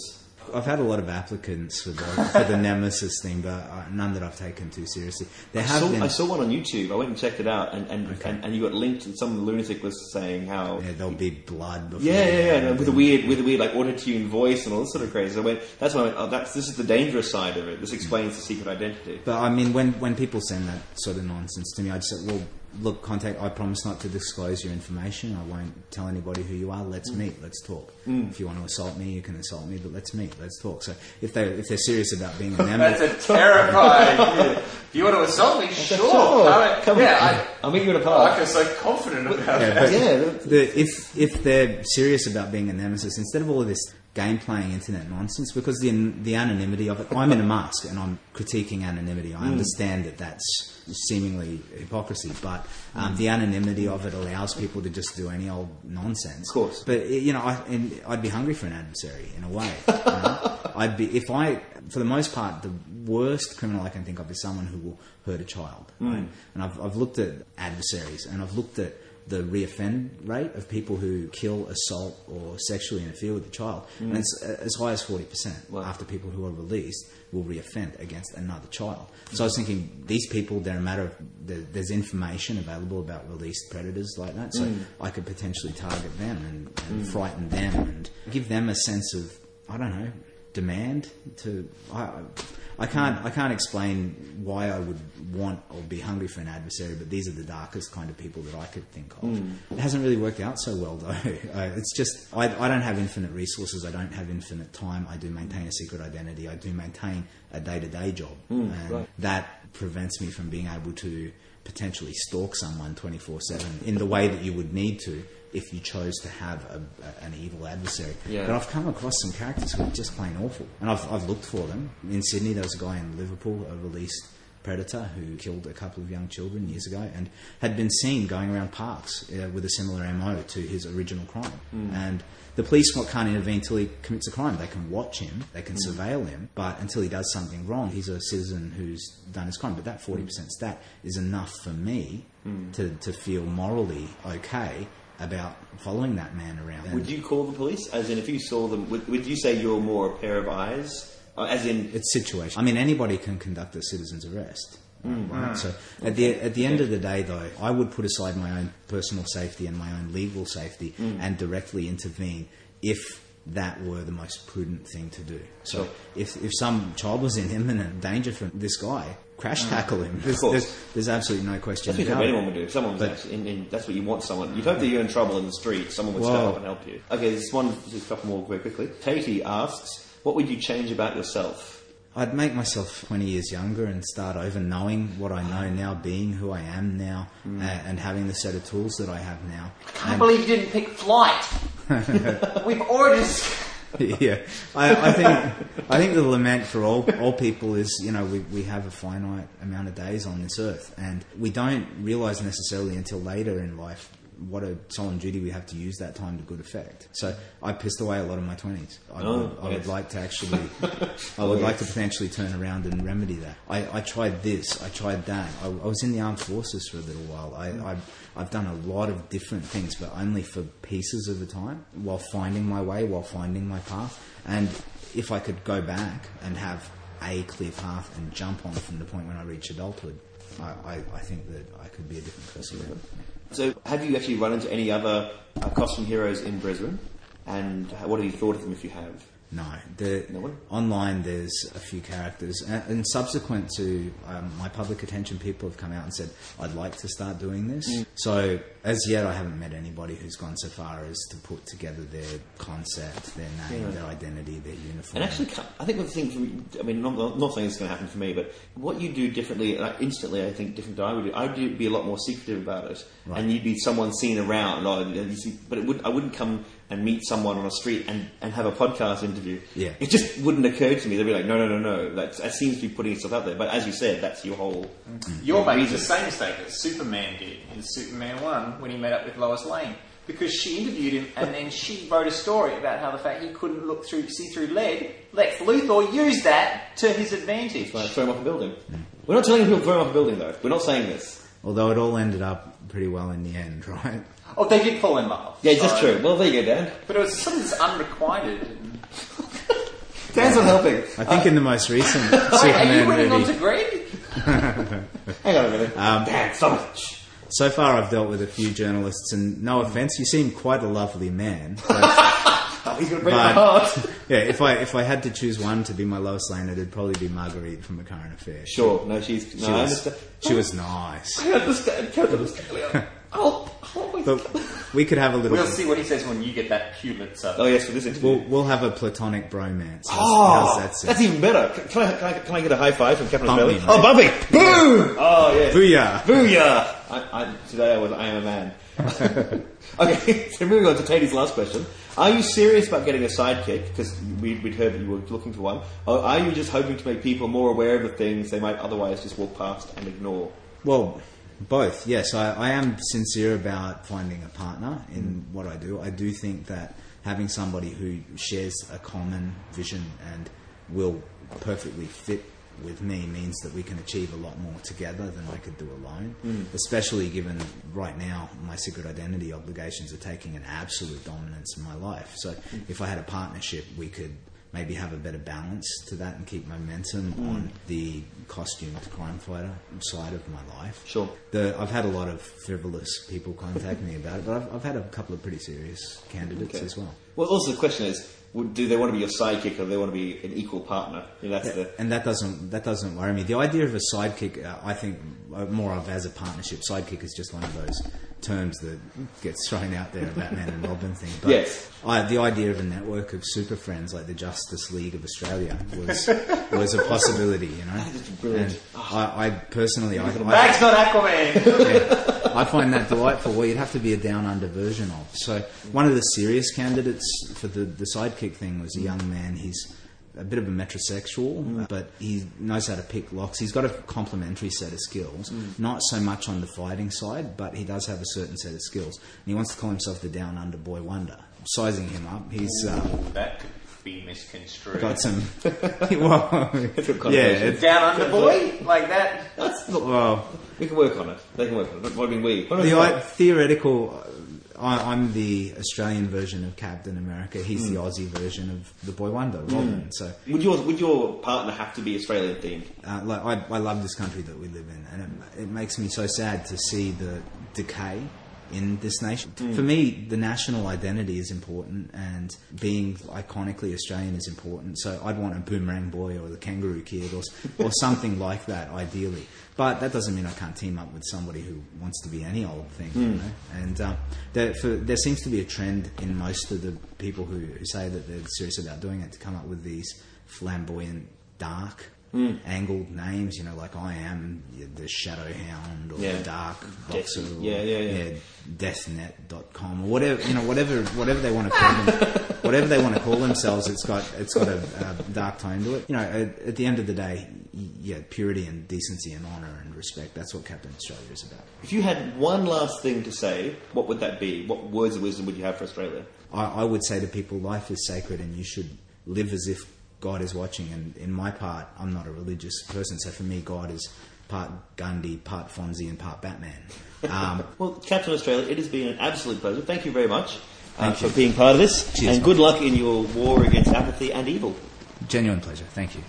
S6: I've had a lot of applicants for the, for the nemesis thing, but uh, none that I've taken too seriously. There
S7: I
S6: have
S7: saw,
S6: been.
S7: I saw one on YouTube. I went and checked it out, and and, and, and you got linked, and some lunatic was saying how.
S6: yeah, there'll be blood. Before
S7: Yeah, yeah, yeah,
S6: they-
S7: no, with a weird, with a weird like auto-tune voice and all this sort of crazy. I went, that's when I went, oh, that's this is the dangerous side of it. This explains the secret identity.
S6: But I mean, when, when people send that sort of nonsense to me, I just say, well, look, contact, I promise not to disclose your information. I won't tell anybody who you are. Let's meet. Let's talk. If you want to assault me, you can assault me, but let's meet. Let's talk. So if, they, if they're serious about being a
S5: That's
S6: member,
S5: a terrifying. you want to assault me? Sure. Come,
S7: come
S5: yeah,
S7: I'll meet you in a
S5: I, Oh,
S7: park.
S5: I feel so confident about
S6: Yeah,
S5: that.
S6: but
S7: Yeah, that's-
S6: the, if, if they're serious about being a nemesis, instead of all of this game playing internet nonsense, because the, the anonymity of it, I'm in a mask and I'm critiquing anonymity. I understand that that's seemingly hypocrisy, but um, the anonymity of it allows people to just do any old nonsense. Of
S7: course.
S6: But, i- you know, I, and I'd be hungry for an adversary in a way. you know? I'd be, if I, for the most part, the worst criminal I can think of is someone who will hurt a child. Right? And I've, I've looked at adversaries and I've looked at the reoffend rate of people who kill, assault, or sexually interfere with a child. And it's a- as high as 40% after people who are released will reoffend against another child. So I was thinking, these people, they're a matter of, there- there's information available about released predators like that. So I could potentially target them and, and frighten them and give them a sense of, I don't know, demand to. I, I can't. I can't explain why I would want or be hungry for an adversary, but these are the darkest kind of people that I could think of. It hasn't really worked out so well, though. *laughs* Uh, it's just I, I don't have infinite resources. I don't have infinite time. I do maintain a secret identity. I do maintain a day-to-day job, and that prevents me from being able to potentially stalk someone 24/7 in the way that you would need to if you chose to have a, a- an evil adversary.
S7: Yeah.
S6: But I've come across some characters who are just plain awful, and I've, I've looked for them. In Sydney, there was a guy in Liverpool, a released predator who killed a couple of young children years ago and had been seen going around parks uh, with a similar MO to his original crime. And the police can't intervene until he commits a crime. They can watch him, they can surveil him, but until he does something wrong, he's a citizen who's done his crime. But that 40% stat is enough for me to, to feel morally okay about following that man around.
S7: Would
S6: And-
S7: you call the police? As in, if you saw them, would, would you say you're more a pair of eyes? Uh, As in,
S6: it's situation. I mean, anybody can conduct a citizen's arrest.
S7: Mm. Ah.
S6: Right? So at the at the end of the day, though, I would put aside my own personal safety and my own legal safety
S7: Mm.
S6: and directly intervene if that were the most prudent thing to do. So
S7: Sure.
S6: if if some child was in imminent danger from this guy, crash tackle him. There's,
S7: Mm. course.
S6: there's, there's absolutely no question.
S7: that's what
S6: about it.
S7: anyone would do. If someone was
S6: But-
S7: actually in, in, that's what you want someone. You'd hope that you're in trouble in the street. Someone would step
S6: Whoa.
S7: up and help you. Okay, this one, just a couple more very quickly. Katie asks, what would you change about yourself?
S6: I'd make myself 20 years younger and start over knowing what I know
S7: Ah.
S6: now, being who I am now,
S7: Mm.
S6: a- and having the set of tools that I have now.
S5: I can't
S6: And-
S5: believe you didn't pick *laughs* flight. We've already. dis-
S6: *laughs* yeah, I, I think I think the lament for all all people is you know we we have a finite amount of days on this earth, and we don't realize necessarily until later in life what a solemn duty we have to use that time to good effect. So I pissed away a lot of my twenties. I, would, I
S7: yes.
S6: would like to actually, I would like to potentially turn around and remedy that. I, I tried this, I tried that. I, I was in the armed forces for a little while. I, I I've done a lot of different things, but only for pieces of the time, while finding my way, while finding my path. And if I could go back and have a clear path and jump on from the point when I reach adulthood, I, I, I think that I could be a different person. then.
S1: So, have you actually run into any other uh, costume heroes in Brisbane? And h- what have you thought of them if you have?
S6: No, the
S1: No one?
S6: online there's a few characters, and, and subsequent to um, my public attention, people have come out and said, "I'd like to start doing this."
S1: Mm.
S6: So as yet, I haven't met anybody who's gone so far as to put together their concept, their name,
S1: Yeah.
S6: their identity, their uniform.
S1: And actually, ca- I think one of the things, I mean, not, not not saying it's going to happen for me, but what you do differently, like instantly, I think, different than I would do, I would be a lot more secretive about it.
S6: Right.
S1: And you'd be someone seen around, or, and you see, but it would, I wouldn't come and meet someone on a street and, and have a podcast interview.
S6: Yeah.
S1: It just wouldn't occur to me. They'd be like, no, no, no, no. That's, that seems to be putting yourself out there. But as you said, that's your whole.
S5: You're making the same mistake that Superman did in Superman 1 when he met up with Lois Lane. Because she interviewed him and then she wrote a story about how the fact he couldn't look through see through lead, Lex Luthor used that to his advantage.
S1: Well, throw him off a building.
S6: Mm.
S1: We're not telling people to throw him off a building, though. We're not saying this.
S6: Although it all ended up pretty well in the end, *laughs* right?
S5: Oh, they did fall in love.
S1: Yeah, that's
S5: So-
S1: true. Well, there you go, Dan.
S5: But it was something that's unrequited.
S1: Dan's not helping.
S6: I think in the most recent
S1: *laughs*
S5: Are you
S6: Superman
S5: winning on
S6: movie.
S5: to Greg?
S1: Hang on a minute. Dan, stop it. Shh.
S6: So far, I've dealt with a few journalists, and no offense, you seem quite a
S1: *laughs*
S6: lovely man. but-
S1: Oh, he's going to break my
S6: Fine.
S1: heart.
S6: yeah, if I if I had to choose one to be my lowest lane, it'd probably be Marguerite from A Current Affair.
S1: Sure. No, she's. No,
S6: She
S1: I
S6: was,
S1: understand.
S6: she
S1: *laughs*
S6: was nice.
S1: I understand. Tell them to stay out. Oh, oh my God.
S6: But we could have a little.
S5: *laughs* We'll see what he says when you get that Pulitzer.
S1: Oh, yes, for this interview.
S6: We'll, we'll have a platonic bromance. How's-
S1: Oh,
S6: how's that
S1: that's,
S6: sound?
S1: even better. Can, can, I, can, I, can I get a high five from Captain
S6: Bump
S1: Belly?
S6: me, mate.
S1: Oh, Bumpy! Boom! Oh, yeah.
S6: Booyah!
S1: Booyah! I, I, today I was I am a man. okay, *laughs* so moving on to Katie's last question. Are you serious about getting a sidekick? Because we, we'd heard that you were looking for one. Or are you just hoping to make people more aware of the things they might otherwise just walk past and ignore?
S6: Well, both. Yes, I, I am sincere about finding a partner in what I do. I do think that having somebody who shares a common vision and will perfectly fit with me means that we can achieve a lot more together than I could do alone. Especially given right now my secret identity obligations are taking an absolute dominance in my life. So if I had a partnership, we could maybe have a better balance to that and keep momentum
S1: Hmm.
S6: on the costumed crime fighter side of my life.
S1: Sure.
S6: The, I've had a lot of frivolous people contact me about it, but I've, I've had a couple of pretty serious candidates
S1: Okay.
S6: as well.
S1: Well, also the question is, would, do they want to be your sidekick or do they want to be an equal partner? You know, that's the...
S6: And that doesn't that doesn't worry me. The idea of a sidekick, uh, I think, uh, more of as a partnership. Sidekick is just one of those terms that gets thrown out there, Batman and Robin thing. But
S1: Yes.
S6: I, the idea of a network of super friends like the Justice League of Australia was was a possibility, you
S1: *laughs*
S6: know.
S1: brilliant.
S6: And I, I personally, I, I,
S5: That's not Aquaman!
S6: yeah. I find that delightful. Well, you'd have to be a down under version of. So, one of the serious candidates for the, the sidekick thing was a young man. He's a bit of a metrosexual, but he knows how to pick locks. He's got a complementary set of skills, not so much on the fighting side, but he does have a certain set of skills. And he wants to call himself the down under boy wonder. Sizing him up, he's uh,
S5: that could be misconstrued.
S6: got some. *laughs* well, yeah, it's,
S5: Down under boy? Like that?
S1: That's not,
S6: well,
S1: we can work on it. They can work on it. What do you mean we? What do you
S6: the
S1: mean
S6: I, theoretical. uh, I, I'm the Australian version of Captain America. He's the Aussie version of the Boy Wonder, Robin. So,
S1: Would your would your partner have to be Australian themed?
S6: uh, like, I, I love this country that we live in, and it, it makes me so sad to see the decay in this nation. For me, the national identity is important, and being iconically Australian is important. So, I'd want a boomerang boy or the kangaroo kid or, s- or something like that, ideally. But that doesn't mean I can't team up with somebody who wants to be any old thing. You know? And um, there, for, there seems to be a trend in most of the people who, who say that they're serious about doing it to come up with these flamboyant, dark,
S1: Hmm.
S6: angled names. You know, like I am the Shadow Hound or
S1: Yeah.
S6: the Dark Boxer. Or,
S1: Yeah, yeah, yeah.
S6: Deathnet.com or whatever you know, whatever whatever they want to
S1: *laughs*
S6: call them, whatever they want to call themselves. It's got it's got a, a dark tone to it. You know, at, at the end of the day, y- yeah, purity and decency and honor and respect. That's what Captain Australia is about.
S1: If you had one last thing to say, what would that be? What words of wisdom would you have for Australia?
S6: I, I would say to people, life is sacred, and you should live as if God is watching. And in my part, I'm not a religious person, so for me, God is part Gandhi, part Fonzie, and part Batman. Um,
S1: Well, Captain Australia, it has been an absolute pleasure. Thank you very much uh,
S6: Thank you.
S1: for being part of this,
S6: Cheers,
S1: and good luck in your war against apathy and evil.
S6: Genuine pleasure. Thank you.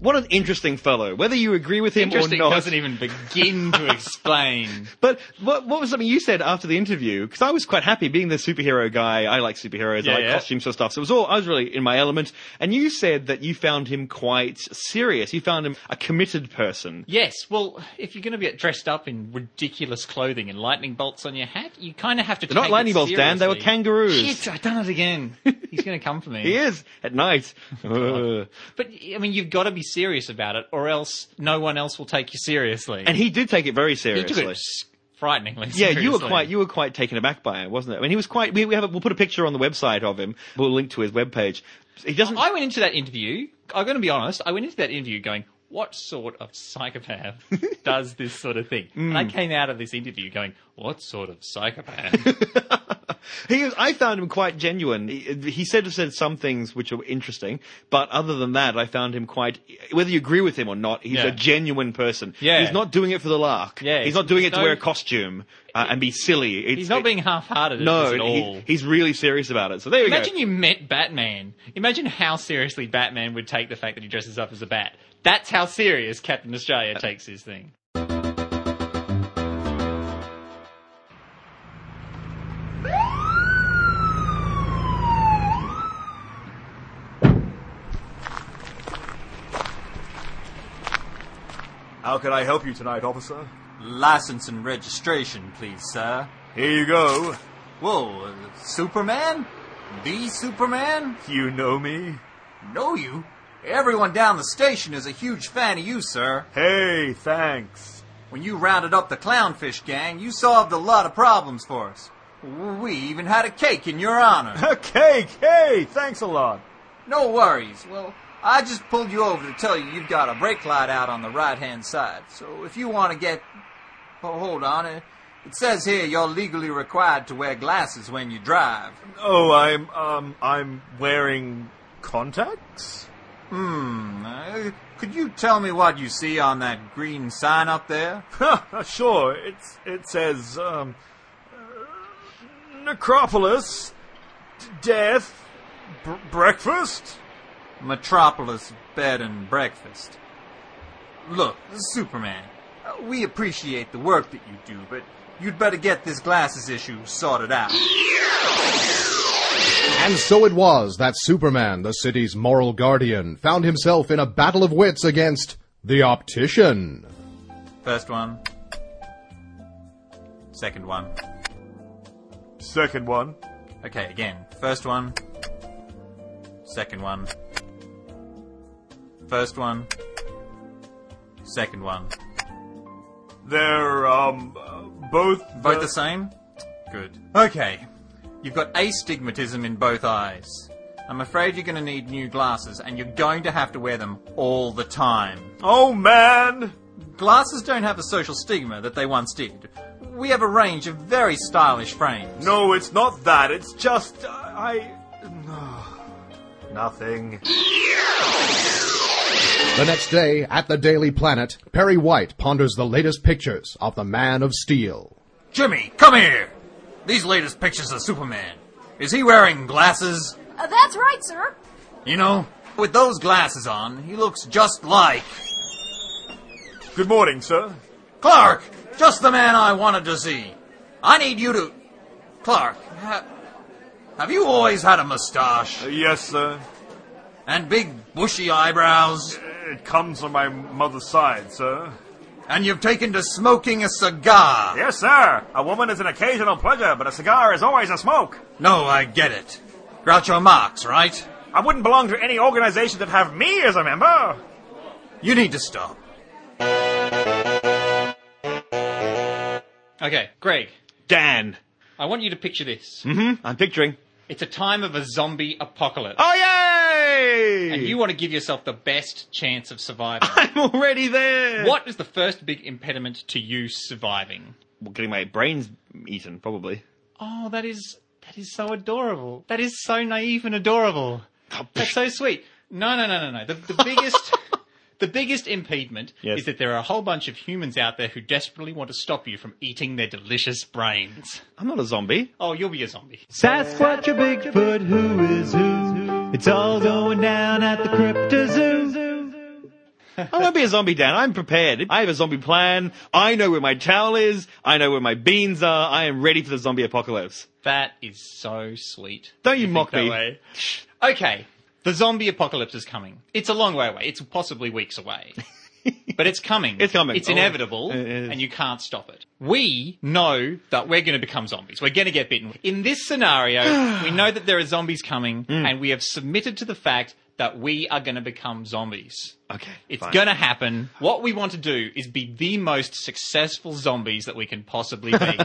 S1: What an interesting fellow, whether you agree with him or
S2: Interesting
S1: not.
S2: doesn't even begin
S5: *laughs*
S2: to explain.
S1: But what, what was something you said after the interview? Because I was quite happy being the superhero guy. I like superheroes. I
S2: Yeah,
S1: like
S2: yeah.
S1: costumes and stuff. So it was all, I was really in my element. And you said that you found him quite serious. You found him a committed person.
S2: Yes, well, if you're going to get dressed up in ridiculous clothing and lightning bolts on your hat, you kind of have to.
S1: They're not
S2: take
S1: lightning
S2: it
S1: bolts, Dan. They were
S2: seriously.
S1: kangaroos.
S2: Shit! I've done it
S5: *laughs*
S2: again. He's going to come for me.
S1: He is at
S2: *laughs*
S1: night.
S2: Oh,
S1: Ugh.
S2: But I mean, you've got to be serious about it, or else no one else will take you seriously.
S1: *laughs* and he did take it very
S2: he
S1: seriously.
S2: took it s- frighteningly.
S1: yeah,
S2: seriously.
S1: you were quite you were quite taken aback by it, wasn't it? I mean, he was quite. We, we have a, we'll put a picture on the website of him. We'll link to his webpage. He doesn't.
S2: I went into that interview. I'm going to be honest. I went into that interview going, "What sort of
S1: *laughs*
S2: psychopath does this sort of thing?" And
S1: Mm.
S2: I came out of this interview going, "What sort of
S1: *laughs*
S2: psychopath?"
S1: He is, I found him quite genuine. He, he said said some things which were interesting, but other than that, I found him quite. Whether you agree with him or not, he's
S2: Yeah.
S1: a genuine person.
S2: Yeah.
S1: he's not doing it for the lark.
S2: Yeah,
S1: he's not doing it to
S2: no-
S1: wear a costume uh, and be silly. It's-
S2: He's not being half-hearted at
S1: No,
S2: this at
S1: he-
S2: all.
S1: he's really serious about it. So there you
S2: Imagine
S1: go.
S2: you met Batman. Imagine how seriously Batman would take the fact that he dresses up as a bat. That's how serious Captain
S1: Uh,
S2: Australia takes his thing.
S8: How can I help you tonight, officer?
S5: License and registration, please, sir.
S8: Here you go.
S5: Whoa, uh, Superman? The Superman?
S8: You know me?
S5: Know you? Everyone down the station is a huge fan of you, sir.
S8: Hey, thanks.
S5: When you rounded up the clownfish gang, you solved a lot of problems for us. We even had a cake in your honor.
S8: *laughs* A cake! Hey, thanks a lot.
S5: No worries. Well, I just pulled you over to tell you you've got a brake light out on the right hand side. So if you want to get. Oh, hold on. It it says here you're legally required to wear glasses when you drive.
S8: Oh, I'm, um, I'm wearing contacts?
S5: Uh, could you tell me what you see on that green sign up there?
S8: Huh, *laughs* sure, it's, it says, um, uh, necropolis, d- death, br- breakfast?
S5: Metropolis Bed and Breakfast. Look, Superman, uh, we appreciate the work that you do, but you'd better get this glasses issue sorted out.
S9: And so it was that Superman, the city's moral guardian, found himself in a battle of wits against the optician.
S5: First one. Second one.
S8: Second one.
S5: Okay, again. First one. Second one. First one. Second one.
S8: They're, um, uh, both,
S5: Both the same? Good. Okay. You've got astigmatism in both eyes. I'm afraid you're going to need new glasses, and you're going to have to wear them all the time.
S8: Oh, man!
S5: Glasses don't have a social stigma that they once did. We have a range of very stylish frames.
S8: No, it's not that. It's just uh, I. No. Nothing.
S9: The next day, at the Daily Planet, Perry White ponders the latest pictures of the Man of Steel.
S5: Jimmy, come here! These latest pictures of Superman. Is he wearing glasses?
S10: Uh, that's right, sir.
S5: You know, with those glasses on, he looks just like
S8: Good morning, sir.
S5: Clark. Just the man I wanted to see. I need you to, Clark. Ha- have you always had a mustache
S8: Uh, yes, sir.
S5: and big bushy eyebrows,
S8: It comes on my mother's side, sir.
S5: and you've taken to smoking a cigar?
S8: Yes, sir. A woman is an occasional pleasure, but a cigar is always a smoke.
S5: No, I get it. Groucho Marx, right?
S8: I wouldn't belong to any organization that have me as a member.
S5: You need to stop.
S2: Okay, Greg,
S1: Dan, Hmm?
S2: I want you to picture this.
S1: I'm picturing.
S2: It's a time of a zombie apocalypse,
S1: Oh yay!
S2: and you want to give yourself the best chance of surviving.
S1: *laughs* I'm already there.
S2: what is the first big impediment to you surviving?
S1: Well, getting my brains eaten, probably.
S2: Oh, that is that is so adorable. That is so naive and adorable. That's so sweet. No, no, no, no, no. The, the biggest, the The biggest impediment
S1: Yes.
S2: is that there are a whole bunch of humans out there who desperately want to stop you from eating their delicious brains.
S1: I'm not a zombie.
S2: Oh, you'll be a zombie.
S10: Sasquatch or Bigfoot, who is who? It's all going down at the Cryptozoo.
S1: I won't be a zombie, Dan. I'm prepared. I have a zombie plan. I know where my towel is. I know where my beans are. I am ready for the zombie apocalypse.
S2: That is so sweet.
S1: Don't you
S2: think
S1: mock
S2: that
S1: me.
S2: way. Okay, the zombie apocalypse is coming. It's a long way away. It's possibly
S1: *laughs*
S2: weeks away. But it's coming.
S1: It's coming.
S2: It's
S1: Oh,
S2: inevitable,
S1: it is.
S2: and you can't stop it. We know that we're going to become zombies. We're going to get bitten. In this scenario,
S1: *sighs*
S2: we know that there are zombies coming,
S1: Hmm.
S2: and we have submitted to the fact that we are going to become zombies.
S1: Okay.
S2: It's
S1: fine.
S2: going to happen. What we want to do is be the most successful zombies that we can
S1: *laughs*
S2: possibly be,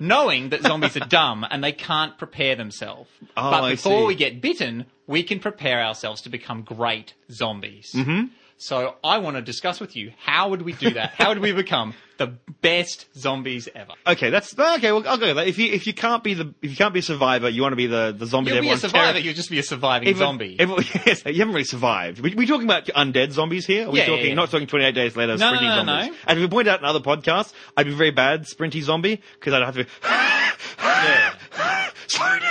S2: knowing that zombies are dumb and they can't prepare themselves.
S1: Oh,
S2: but
S1: I
S2: before
S1: see.
S2: we get bitten, we can prepare ourselves to become great zombies.
S1: Mm-hmm.
S2: So I want to discuss with you how would we do that? how would we become the best zombies ever?
S1: Okay, that's okay. Well, I'll go with that. If you if you can't be the if you can't be a survivor, you want to be the the zombie.
S2: You'll
S1: that
S2: be a
S1: everyone's
S2: survivor.
S1: terri-
S2: You'll just be a surviving
S1: Everyone- *laughs*
S2: zombie.
S1: everyone- yes, you haven't really survived. We, we talking about undead zombies here? Are we
S2: Yeah, yeah,
S1: talking
S2: yeah.
S1: not talking 28 days later
S2: No, no,
S1: sprinting
S2: no, no.
S1: zombies? And if we point out in other podcasts, I'd be a very bad sprinty zombie because I'd have to be. *laughs* yeah. Slow down.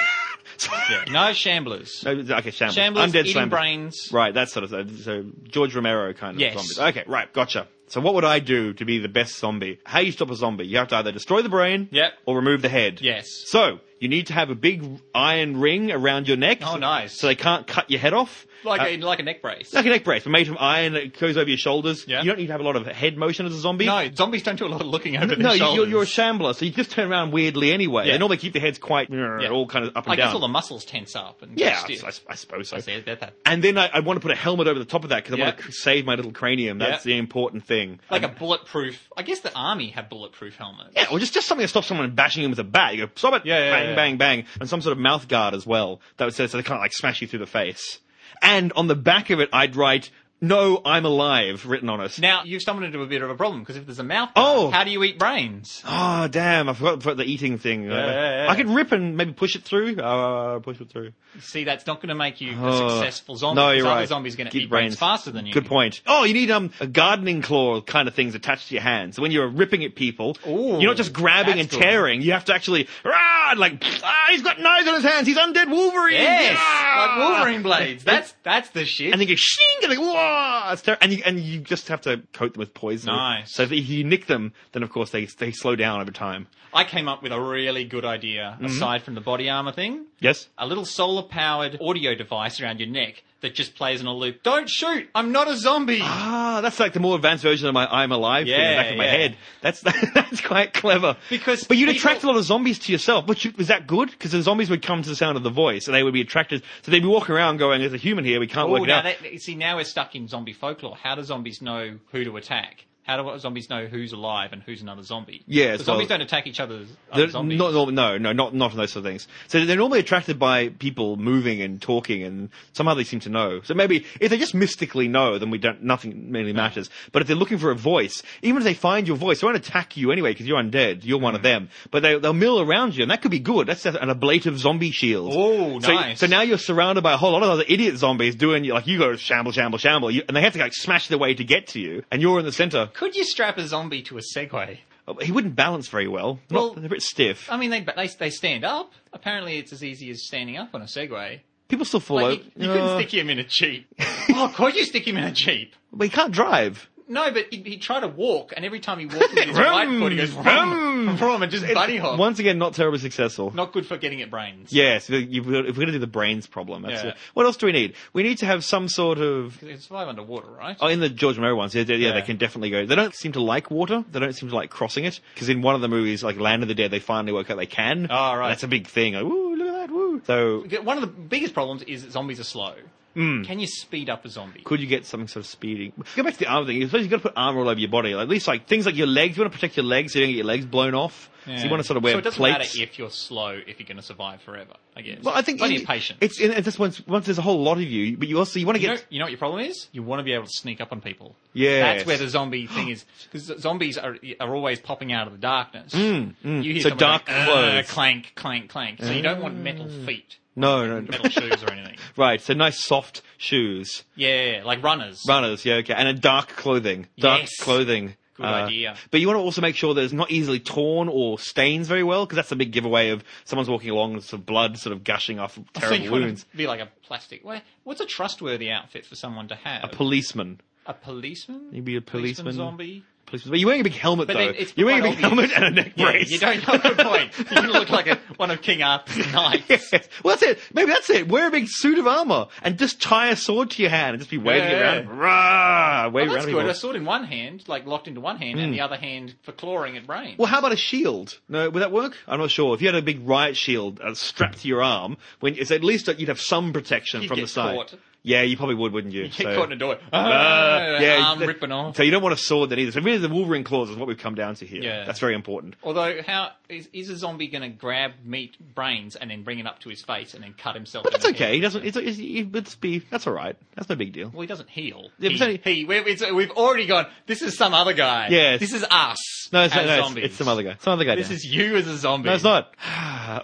S1: Slow down.
S2: no shamblers.
S1: No, okay, shambles.
S2: Shamblers
S1: undead
S2: eating
S1: shamblers.
S2: brains.
S1: Right, that sort of so George Romero kind of
S2: Yes.
S1: zombies. Okay, right, gotcha. So what would I do to be the best zombie? How you stop a zombie? You have to either destroy the brain,
S2: Yep.
S1: or remove the head.
S2: Yes.
S1: So you need to have a big iron ring around your neck.
S2: Oh, nice.
S1: So they can't cut your head off.
S2: Like
S1: Uh,
S2: a like a neck brace.
S1: like a neck brace, but made from iron that goes over your shoulders.
S2: Yeah.
S1: You don't need to have a lot of head motion as a zombie.
S2: No, zombies don't do a lot of looking over their
S1: No, you-
S2: shoulders.
S1: you're, you're a shambler, so you just turn around weirdly anyway.
S2: Yeah.
S1: They normally keep their heads quite yeah. all kind of up and
S2: I
S1: down.
S2: guess all the muscles tense up and
S1: yeah,
S2: get stiff.
S1: I, I- I suppose so.
S2: I see that, that-
S1: And then I, I want to put a helmet over the top of that because I want
S2: Yeah.
S1: to save my little cranium. That's
S2: Yeah.
S1: the important thing.
S2: like a bulletproof. I guess the army have bulletproof helmets.
S1: Yeah, or just, just something that stops someone bashing him with a bat. You go, stop it,
S2: Yeah, yeah,
S1: bang,
S2: yeah.
S1: bang, bang. And some sort of mouth guard as well that would say, so they can't like smash you through the face. And on the back of it, I'd write, no, I'm alive, written on it.
S2: Now you've stumbled into a bit of a problem because if there's a mouth,
S1: Oh.
S2: how do you eat brains?
S1: oh, damn, I forgot about the eating thing. Uh,
S2: yeah, yeah.
S1: I could rip and maybe push it through. Uh, push it through.
S2: See, that's not going to make you a
S1: Oh.
S2: successful zombie.
S1: No,
S2: 'cause
S1: you're
S2: other
S1: right.
S2: Zombies going to
S1: Eat
S2: eat brains.
S1: brains.
S2: faster than you.
S1: Good point. Oh, you need um a gardening claw kind of things attached to your hands. So when you're ripping at people,
S2: Ooh,
S1: you're not just grabbing and
S2: that's good.
S1: tearing. You have to actually rah, and like ah, he's got knives on his hands. He's undead Wolverine.
S2: Yes,
S1: Ah!
S2: like Wolverine blades. That's that's the shit.
S1: And then you shing, and like whoa, it's ter- and you and you just have to coat them with poison.
S2: Nice.
S1: So if you nick them, then of course they they slow down over time.
S2: I came up with a really good idea
S1: Mm-hmm.
S2: aside from the body armor thing.
S1: Yes.
S2: A little solar powered audio device around your neck that just plays on a loop. Don't shoot! I'm not a zombie!
S1: Ah, that's like the more advanced version of my "I'm alive" thing in the
S2: Yeah,
S1: back of my
S2: yeah.
S1: head. That's *laughs* that's quite clever.
S2: Because
S1: but you'd
S2: people-
S1: attract a lot of zombies to yourself. But you, was that good? Because the zombies would come to the sound of the voice, and they would be attracted. So they'd be walking around going, "There's a human here. We can't
S2: Oh,
S1: work it
S2: now
S1: out."
S2: that, see, now we're stuck in zombie folklore. How do zombies know who to attack? How do zombies know who's alive and who's another zombie?
S1: Yeah,
S2: the
S1: so-
S2: zombies don't attack each other.
S1: They're
S2: Other zombies.
S1: Not, no, no, no, not not those sort of things. So they're normally attracted by people moving and talking, and somehow they seem to know. So maybe if they just mystically know, then we don't. Nothing really matters. But if they're looking for a voice, even if they find your voice, they won't attack you anyway because you're undead. You're one of
S2: Mm.
S1: them. But they, they'll mill around you, and that could be good. That's just an ablative zombie shield.
S2: Oh,
S1: so,
S2: nice.
S1: So now you're surrounded by a whole lot of other idiot zombies doing like you go shamble, shamble, shamble, you, and they have to like smash their way to get to you, and you're in the center.
S2: Could you strap a zombie to a Segway?
S1: He wouldn't balance very well. Not-
S2: Well- uh,
S1: they're a bit stiff.
S2: I mean, they they they stand up. Apparently, it's as easy as standing up on a Segway.
S1: People still fall
S2: Like
S1: over.
S2: you, you couldn't
S1: Uh,
S2: stick him in a
S1: *laughs*
S2: jeep. oh, could you stick him in a jeep?
S1: But he can't drive.
S2: No, but he'd, he'd try to walk, and every time he
S1: *laughs*
S2: walked with his right foot, he goes
S1: Vroom,
S2: vroom, vroom, and just bunny hop.
S1: Once again, not terribly successful.
S2: Not good for getting at brains.
S1: Yes, if you- if we're going to do the brains problem, that's
S2: Yeah.
S1: it. What else do we need? We need to have some sort of.
S2: They can survive underwater, right?
S1: Oh, in the George Romero ones, yeah, yeah, yeah, they
S2: Yeah.
S1: can definitely go. They don't seem to like water. They don't seem to like crossing it. Because in one of the movies, like Land of the Dead, they finally work out they can.
S2: Oh, right.
S1: That's a big thing. Like, woo, look at that, woo. So,
S2: One of the biggest problems is that zombies are slow. Can you speed up a zombie?
S1: Mm. could you get something sort of speeding? Go back to the armor thing. You've got to put armor all over your body. Like, at least like things like your legs. You want to protect your legs so you don't get your legs blown off. So you want to sort of wear
S2: So it doesn't
S1: plates.
S2: matter if you're slow if you're going to survive forever. I guess.
S1: Well, I think
S2: plenty
S1: it-
S2: of patience.
S1: It's in, at this once once there's a whole lot of you, but you also you want to
S2: you know,
S1: get
S2: you know what your problem is? You want to be able to sneak up on people.
S1: Yes.
S2: That's where the zombie thing is. Because zombies are, are always popping out of the darkness. You hear
S1: Mm,
S2: "Ah,
S1: So
S2: someone
S1: dark
S2: going, "Ugh,"
S1: clothes. Ah.
S2: clank, clank, clank. So you don't want metal feet.
S1: No, no, no.
S2: metal shoes or anything.
S1: *laughs* Right, so nice soft shoes,
S2: Yeah, yeah, like runners.
S1: runners, yeah, okay, and a dark clothing, dark
S2: Yes.
S1: clothing. uh,
S2: Good idea.
S1: But you want to also make sure that it's not easily torn or stains very well, because that's a big giveaway of someone's walking along with some blood sort of gushing off of
S2: *laughs* so
S1: terrible
S2: you want
S1: wounds.
S2: to be like a plastic. Wha- What's a trustworthy outfit for someone to have? A,
S1: Policeman.
S2: policeman?
S1: You'd be a policeman. *laughs*
S2: zombie.
S1: Policeman. But you're wearing a big helmet,
S2: But
S1: though.
S2: then it's
S1: you're wearing a
S2: quite
S1: big helmet
S2: obvious.
S1: and a neck
S2: Yeah,
S1: brace.
S2: you don't know the point. You can look like a, one of
S1: *laughs*
S2: King Arthur's knights.
S1: Yes. Well, that's it. Maybe that's it. Wear a big suit of armor and just tie a sword to your hand and just be waving it
S2: Yeah.
S1: around. Rah! Wave
S2: Oh,
S1: it
S2: that's
S1: around.
S2: good.
S1: people.
S2: A sword in one hand, like locked into one hand, and the other hand for clawing at brains.
S1: Mm. Well, how about a shield? No, would that work? I'm not sure. If you had a big riot shield uh, strapped to your arm, when it's at least that you'd have some protection
S2: You'd
S1: from
S2: get
S1: the side.
S2: caught.
S1: Yeah, you probably would, wouldn't you?
S2: *laughs* You get
S1: So-
S2: caught in a door. Ah,
S1: Uh, yeah,
S2: arm
S1: that-
S2: ripping off.
S1: So you don't want a sword then either. So really, the Wolverine claws is what we've come down to here.
S2: Yeah.
S1: that's very important.
S2: Although, how is, is a zombie going to grab meat brains and then bring it up to his face and then cut himself?
S1: But
S2: in
S1: that's
S2: the head?
S1: okay. He doesn't. It's, it's, it's be. That's all right. That's no big deal.
S2: Well, he doesn't heal.
S1: Yeah,
S2: he,
S1: but so-
S2: he- we, it's, we've already gone. This is some other guy.
S1: Yes.
S2: This is us.
S1: No, it's,
S2: as
S1: not, no, it's-
S2: zombies.
S1: it's some other guy. Some other guy.
S2: This
S1: down.
S2: is you as a zombie.
S1: No, it's not.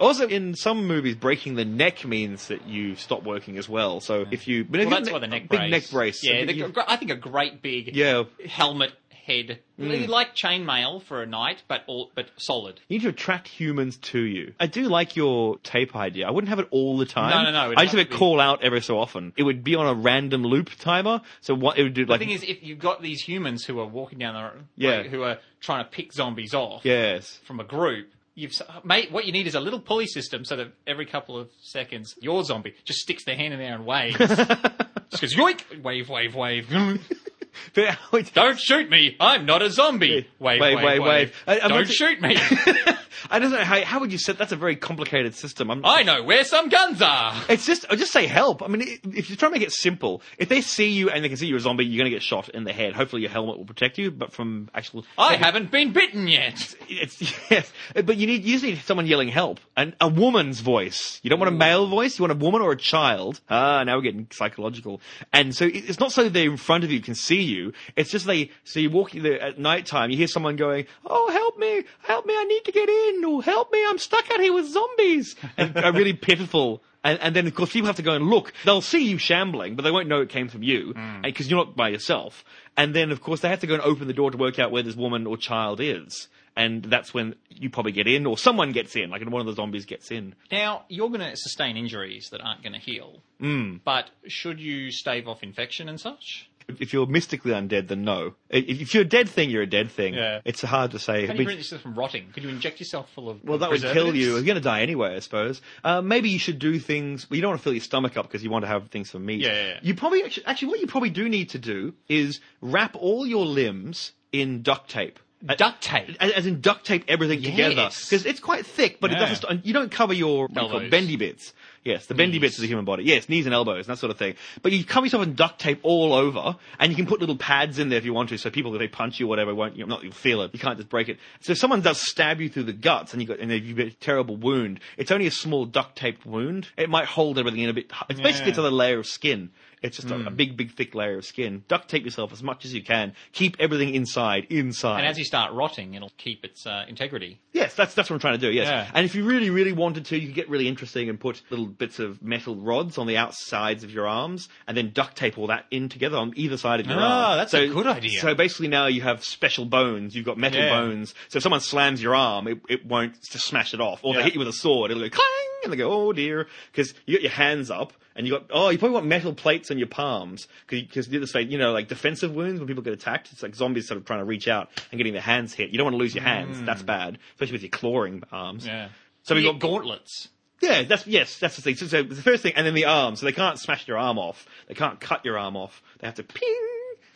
S1: *sighs* also, in some movies, breaking the neck means that you stop working as well. So if you, but if
S2: Well,
S1: you
S2: that's
S1: have
S2: why the
S1: a big
S2: neck brace.
S1: neck brace.
S2: Yeah,
S1: you-
S2: the, gr- I think a great big
S1: Yeah.
S2: helmet head, like chainmail for a knight, but all but solid.
S1: You need to attract humans to you. I do like your tape idea. I wouldn't have it all the time.
S2: No, no, no, it'd
S1: I just
S2: have
S1: have it
S2: to be-
S1: call out every so often. It would be on a random loop timer. So what it would do, like,
S2: The thing is, if you've got these humans who are walking down the road,
S1: Yeah.
S2: who are trying to pick zombies off
S1: yes,
S2: from a group, you've s- mate, what you need is a little pulley system so that every couple of seconds your zombie just sticks their hand in there and *laughs* waves. just goes yoink, wave, wave, wave.
S1: *laughs*
S2: *laughs*
S1: But how it-
S2: Don't shoot me! I'm not a zombie. Wave, wave, wave.
S1: I- I'm
S2: Don't
S1: not-
S2: shoot me!
S1: *laughs*
S2: *laughs*
S1: I don't know how. How would you set? That's a very complicated system. I'm,
S2: I know where some guns are.
S1: It's just, I just say help. I mean, i- if you try to make it simple, if they see you and they can see you're a zombie, you're going to get shot in the head. Hopefully, your helmet will protect you, but from actual,
S2: I haven't been bitten yet.
S1: it's *laughs* yes. But you need, you just need someone yelling help and a woman's voice. You don't want a male voice. You want a woman or a child. Ah, now we're getting psychological. And so it- it's not so they're in front of you can see you. It's just they. So you're walking there at night time. You hear someone going, "Oh, help me! Help me! I need to get in! Or help me! I'm stuck out here with zombies!" And a really *laughs* pitiful. And, and then, of course, people have to go and look. They'll see you shambling, but they won't know it came from you because you're not by yourself. And then, of course, they have to go and open the door to work out where this woman or child is. And that's when you probably get in, or someone gets in, like one of the zombies gets in.
S2: Now, you're going to sustain injuries that aren't going to heal. Mm. But should you stave off infection and such?
S1: If if you're mystically undead, then no. If if you're a dead thing, you're a dead thing.
S2: Yeah.
S1: It's hard to say.
S2: How do
S1: But-
S2: you prevent yourself from rotting? Could you inject yourself full of *laughs*
S1: Well, that would kill
S2: preservatives?
S1: you. You're going to die anyway, I suppose. Uh, maybe you should do things. Well, you don't want to fill your stomach up because you want to have things for meat.
S2: Yeah, yeah, yeah.
S1: You probably actually, actually what you probably do need to do is wrap all your limbs in duct tape. Uh,
S2: Duct tape.
S1: As, as in duct tape everything together
S2: Yes.
S1: because it's quite thick, but it
S2: Yeah.
S1: doesn't. st- You don't cover your what do you call it,
S2: Elbows.
S1: bendy bits. Yes, the bendy bits of the human body. Yes, knees and elbows and that sort of thing. But you cover yourself in duct tape all over, and you can put little pads in there if you want to, so people if they punch you or whatever won't. You know, not you'll feel it. You can't just break it. So if someone does stab you through the guts and you got and you get a terrible wound, it's only a small duct taped wound. It might hold everything in a bit. It's basically it's another layer of skin. It's just
S2: Mm.
S1: a, a big, big, thick layer of skin. Duct tape yourself as much as you can. Keep everything inside, inside.
S2: And as you start rotting, it'll keep its uh, integrity.
S1: Yes, that's that's what I'm trying to do. Yes,
S2: Yeah.
S1: and if you really, really wanted to, you could get really interesting and put little bits of metal rods on the outsides of your arms, and then duct tape all that in together on either side of your
S2: Ah,
S1: arm.
S2: that's a good idea.
S1: So basically, now you have special bones. You've got metal
S2: Yeah.
S1: bones. So if someone slams your arm, it, it won't just smash it off, or they
S2: Yeah.
S1: hit you with a sword, it'll go clang, and they go, oh dear, because you got your hands up. And you got oh you probably want metal plates on your palms because the other side you know like defensive wounds when people get attacked it's like zombies sort of trying to reach out and getting their hands hit you don't want to lose your hands that's bad especially with your clawing arms
S2: Mm. Yeah.
S1: so we
S2: You
S1: got
S2: get gauntlets.
S1: yeah, that's yes, that's the thing. So, so the first thing, and then the arm. So they can't smash your arm off. They can't cut your arm off. They have to ping.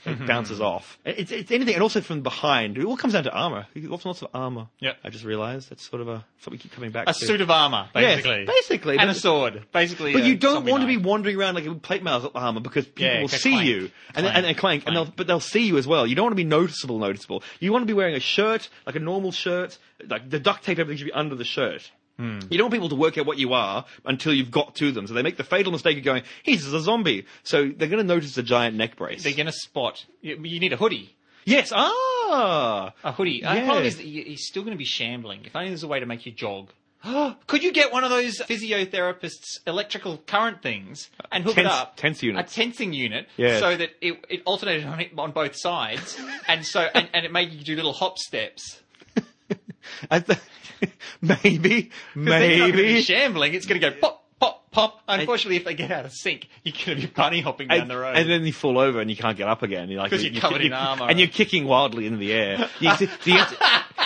S2: Mm-hmm.
S1: It bounces off. It's, it's anything, and also from behind. It all comes down to armor. Lots and lots of armor.
S2: Yeah.
S1: I just realised that's sort of a something we keep coming back
S2: A
S1: to.
S2: suit of armour,
S1: Yes,
S2: basically.
S1: basically,
S2: And
S1: but-
S2: a sword, basically.
S1: But
S2: a
S1: you don't
S2: zombie
S1: want to
S2: knife.
S1: be wandering around like with plate mail armor because people
S2: Yeah,
S1: will
S2: clank,
S1: see you and
S2: clank,
S1: and, and clank, and they'll, but they'll see you as well. You don't want to be noticeable, noticeable. You want to be wearing a shirt, like a normal shirt, like the duct tape everything should be under the shirt.
S2: Hmm.
S1: You don't want people to work out what you are until you've got to them. So they make the fatal mistake of going, "He's a zombie," so they're going to notice a giant neck brace.
S2: They're going to spot. You, you need a hoodie.
S1: yes, ah,
S2: A hoodie. The
S1: Yeah.
S2: *laughs* problem is that you- you're still going to be shambling. If only there's a way to make you jog. *gasps* Could you get one of those physiotherapists' electrical current things and hook it
S1: Tense-
S2: up?
S1: tense units.
S2: A tensing unit,
S1: Yes.
S2: so that it, it alternated on, it, on
S1: *laughs*
S2: both sides, and so and, and it made you do little hop steps.
S1: *laughs* I th- *laughs* maybe,
S2: 'Cause then you're not gonna be
S1: maybe.
S2: shambling, it's going to go pop, pop, pop. Unfortunately, if they get out of sync, you're going to be bunny hopping down
S1: And,
S2: the road.
S1: and then you fall over and you can't get up again. You're like
S2: 'Cause you're covered in armour.
S1: and you're kicking wildly in the air. You, see- do you-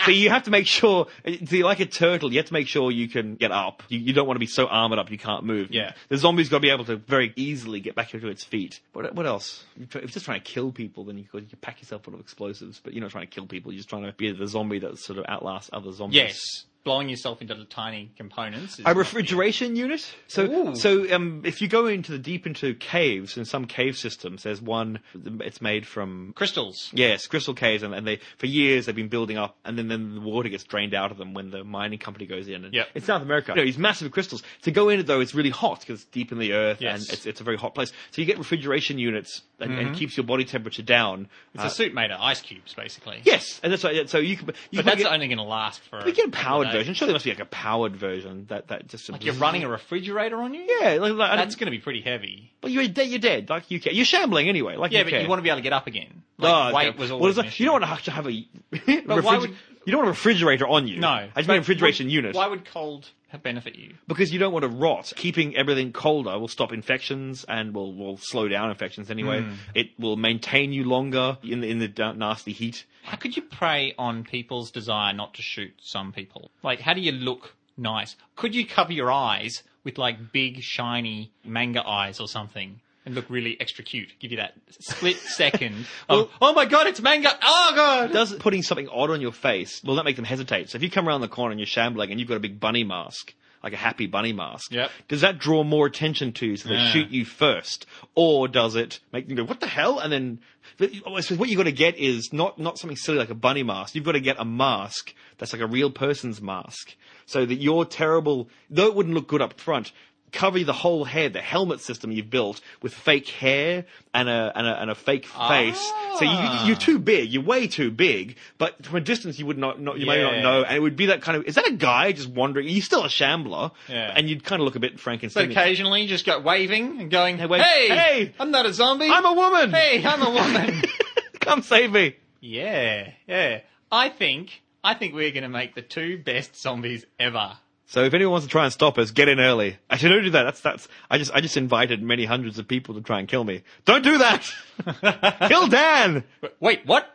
S1: so you have to make sure, so you're like a turtle, you have to make sure you can get up. You, you don't want to be so armored up you can't move.
S2: Yeah.
S1: the zombie's got to be able to very easily get back to its feet. What, what else? If you're just trying to kill people, then you, could- you can pack yourself full of explosives. But you're not trying to kill people. You're just trying to be the zombie that sort of outlasts other zombies.
S2: yes, blowing yourself into little tiny components. Is
S1: A refrigeration unit. So,
S2: Ooh.
S1: so um, if you go into the deep into caves, in some cave systems, there's one. It's made from
S2: crystals.
S1: yes, crystal caves, and, and they for years they've been building up, and then then the water gets drained out of them when the mining company goes in. And
S2: Yep.
S1: in South America, you know, these massive crystals. To go in it though, it's really hot because it's deep in the earth,
S2: Yes.
S1: and
S2: Mm-hmm.
S1: it's, it's a very hot place. So you get refrigeration units, and, and keeps your body temperature down. Uh,
S2: It's a suit made of ice cubes, basically.
S1: yes, and that's why. So you can, you
S2: but
S1: can
S2: that's
S1: get,
S2: only going to last for.
S1: we get a powered
S2: day.
S1: version. Sure, there must be like a powered version that that just
S2: Like you're
S1: *laughs*
S2: running a refrigerator on you.
S1: Yeah, like, like I don't-
S2: That's going to be pretty heavy.
S1: But you're dead. You're dead. Like you care. You're shambling anyway. Like
S2: Yeah,
S1: you
S2: but
S1: care.
S2: you want to be able to get up again. Like,
S1: Oh, okay.
S2: weight was always.
S1: Well,
S2: an
S1: it's like-
S2: issue.
S1: you don't want to have to have a. *laughs*
S2: But why would-
S1: You don't want a refrigerator on you.
S2: No,
S1: I just
S2: but
S1: mean refrigeration
S2: why-
S1: unit
S2: Why would cold have benefit you?
S1: because you don't want to rot. Keeping everything colder will stop infections and will will slow down infections anyway.
S2: Hmm.
S1: It will maintain you longer in the in the da- nasty heat.
S2: How could you prey on people's desire not to shoot some people? Like, how do you look nice? Could you cover your eyes with like big shiny manga eyes or something? And look really extra cute. Give you that
S1: *laughs*
S2: split second. of, oh my god, it's manga! Oh god!
S1: Does putting something odd on your face will that make them hesitate? So if you come around the corner and you're shambling and you've got a big bunny mask. Like a happy bunny mask.
S2: Yep.
S1: Does that draw more attention to you so they
S2: Yeah.
S1: shoot you first? Or does it make them go, what the hell? And then, but you- I suppose what you've got to get is not, not something silly like a bunny mask. You've got to get a mask that's like a real person's mask. So that your terrible, though it wouldn't look good up front, cover the whole head, the helmet system you've built with fake hair and a, and a, and a fake
S2: Ah.
S1: face. So you, you're too big. You're way too big. But from a distance, you would not, not you may not
S2: Yeah.
S1: know. And it would be that kind of, is that a guy just wandering? You're still a shambler.
S2: Yeah.
S1: And you'd kind of look a bit
S2: But
S1: Frankenstein.
S2: occasionally, just go waving and going, hey,
S1: wave- Hey!
S2: I'm not a zombie.
S1: I'm a woman.
S2: Hey, I'm a woman.
S1: *laughs* Come save me.
S2: yeah, yeah. I think, I think we're going to make the two best zombies
S1: *laughs*
S2: ever.
S1: So if anyone wants to try and stop us, get in early. Actually, don't do that. That's that's. I just I just invited many hundreds of people to try and kill me. Don't do
S2: *laughs*
S1: that. kill Dan.
S2: Wait, what?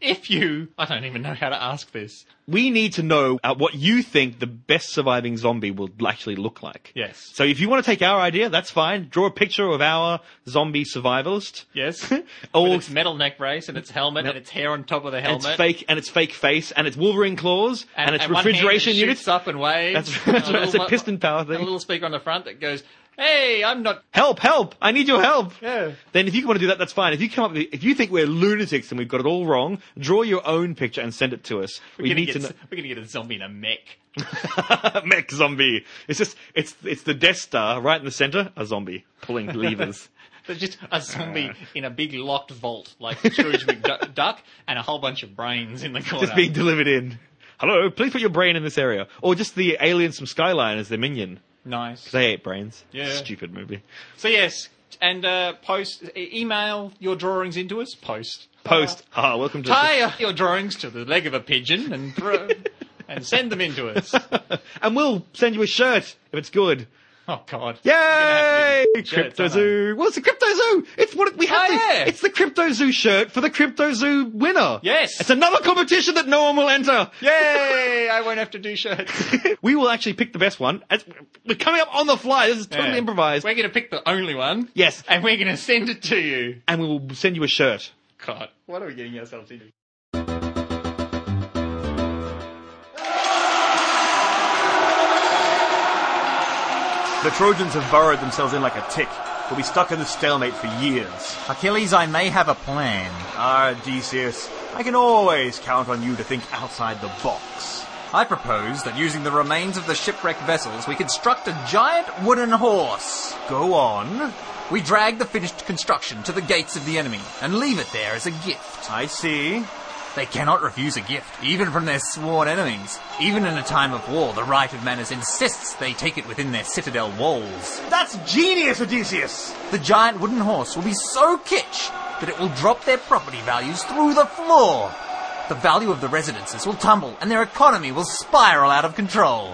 S2: If you, I don't even know how to ask this.
S1: We need to know uh, what you think the best surviving zombie will actually look like.
S2: Yes.
S1: So if you want to take our idea, that's fine. Draw a picture of our zombie survivalist.
S2: Yes.
S1: All
S2: *laughs* With its metal neck brace and its helmet and its hair on top of the
S1: and
S2: helmet.
S1: it's fake and it's fake face and it's Wolverine claws and, it's
S2: one hand
S1: refrigeration
S2: that
S1: units.
S2: shoots up and waves.
S1: That's-
S2: and
S1: that's right, it's a
S2: mu-
S1: piston power
S2: and
S1: thing.
S2: A little speaker on the front that goes, "Hey, I'm not."
S1: help, help, I need your help.
S2: Yeah.
S1: Then if you want to do that, that's fine. If you come up with, if you think we're lunatics and we've got it all wrong, draw your own picture and send it to us.
S2: We're
S1: we
S2: gonna
S1: need
S2: get,
S1: to know.
S2: s- We're gonna get a zombie in
S1: *laughs*
S2: a mech.
S1: Mech zombie. It's just, it's, it's the Death Star right in the center, a zombie pulling levers.
S2: There's just a zombie in a big locked vault, like *laughs* Scrooge McDuck, duck, and a whole bunch of brains in the corner.
S1: just being delivered in. Hello, please put your brain in this area. Or just the aliens from Skyline as their minion.
S2: nice.
S1: They ate brains.
S2: Yeah.
S1: Stupid movie.
S2: So yes, and uh, post e- email your drawings into us. Post
S1: Post. Ah, welcome to.
S2: tie uh, your drawings to the leg of a pigeon and throw, and send them into us.
S1: *laughs* and we'll send you a shirt if it's good.
S2: *laughs* Oh God!
S1: Yay!
S2: shirts,
S1: Crypto
S2: aren't
S1: Zoo. What's the Crypto Zoo? It's what we have.
S2: Oh,
S1: to-
S2: yeah.
S1: It's the Crypto Zoo shirt for the Crypto Zoo winner.
S2: Yes.
S1: It's another competition that no one will enter.
S2: Yay! I won't have to do shirts.
S1: *laughs* we will actually pick the best one. As- We're coming up on the fly. This is totally
S2: Yeah.
S1: improvised.
S2: We're going to pick the only one.
S1: Yes.
S2: and we're going to send it to you.
S1: And we will send you a shirt.
S2: God, what are we getting ourselves into?
S8: The Trojans have burrowed themselves in like a tick. We'll be stuck in the stalemate for years.
S5: Achilles, I may have a plan.
S8: Ah, Decius, I can always count on you to think outside the box.
S5: I propose that using the remains of the shipwrecked vessels, we construct a giant wooden horse.
S8: Go on.
S5: We drag the finished construction to the gates of the enemy and leave it there as a gift.
S8: I see.
S5: They cannot refuse a gift, even from their sworn enemies. Even in a time of war, the right of manners insists they take it within their citadel walls.
S8: That's genius, Odysseus!
S5: The giant wooden horse will be so kitsch that it will drop their property values through the floor. The value of the residences will tumble and their economy will spiral out of control.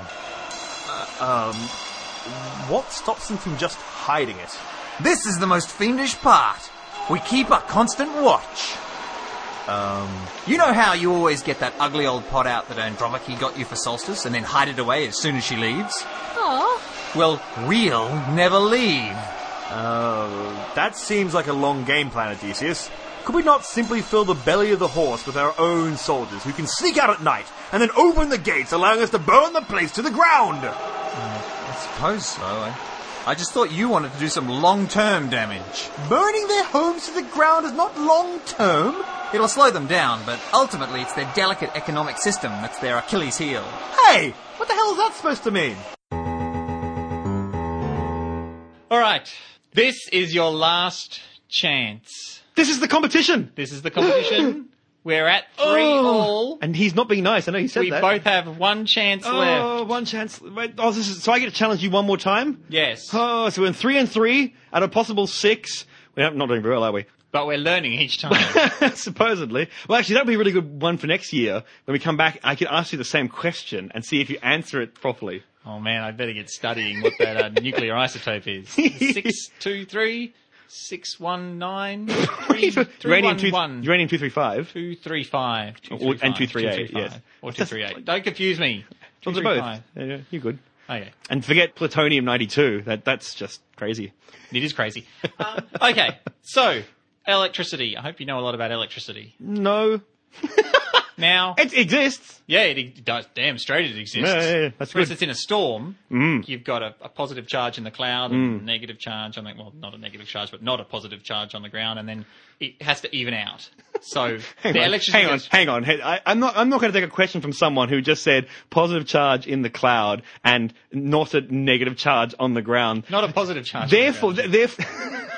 S8: What stops them from just hiding it?
S5: This is the most fiendish part. We keep a constant watch. Um. You know how you always get that ugly old pot out that Andromache got you for solstice and then hide it away as soon as she leaves? Aww. Well, we'll never leave.
S8: Oh, that seems like a long game plan, Odysseus. Could we not simply fill the belly of the horse with our own soldiers who can sneak out at night and then open the gates, allowing us to burn the place to the ground?
S5: I suppose so. I, I just thought you wanted to do some long term damage. Burning their homes to the ground is not long term. It'll slow them down, but ultimately it's their delicate economic system that's their Achilles heel.
S8: Hey, what the hell is that supposed to mean?
S2: All right. This is your last chance.
S1: This is the competition.
S2: This is
S1: *gasps*
S2: the competition. We're at three all.
S1: Oh. And he's not being nice. I know he said
S2: We
S1: that.
S2: both have one chance
S1: Oh,
S2: left.
S1: one chance. Wait, Oh, this is, so I get to challenge you one more time?
S2: Yes.
S1: Oh, so we're in three and three out of possible six. We're not doing very well, are we? *laughs*
S2: But we're learning each time.
S1: Supposedly. Well, actually, that'd be a really good one for next year. When we come back, I can ask you the same question and see if you answer it properly.
S2: oh man, I better get studying what that uh, nuclear
S1: *laughs*
S2: isotope is. Six two three six
S1: *laughs*
S2: one nine three three
S1: uranium
S2: one
S1: two,
S2: one
S1: uranium two three five.
S2: two three five two
S1: Or-
S2: three
S1: Oh, and 238,
S2: five, two three
S1: yes.
S2: five, or two three eight. Don't confuse me.
S1: Those are
S2: 235.
S1: both. Yeah, yeah, you're good.
S2: Okay.
S1: And forget plutonium ninety two. That that's just crazy.
S2: It is crazy. Um, *laughs* okay, so electricity. I hope you know a lot about electricity.
S1: No,
S2: Now,
S1: it exists.
S2: yeah, it, it does. Damn straight, it exists.
S1: Yeah, yeah, yeah, that's
S2: Whereas
S1: good.
S2: it's in a storm, mm. you've got a, a positive charge in the cloud
S1: Mm.
S2: and a negative charge on the well, not a negative charge, but not a positive charge on the ground, and then it has to even out. So
S1: *laughs* Hang
S2: the
S1: on,
S2: electricity.
S1: hang on,
S2: goes-
S1: hang on. Hey, I, I'm not. I'm not going to take a question from someone who just said positive charge in the cloud and not a negative charge on the ground.
S2: Not a positive charge. on the
S1: Therefore,
S2: ground.
S1: th- therefore,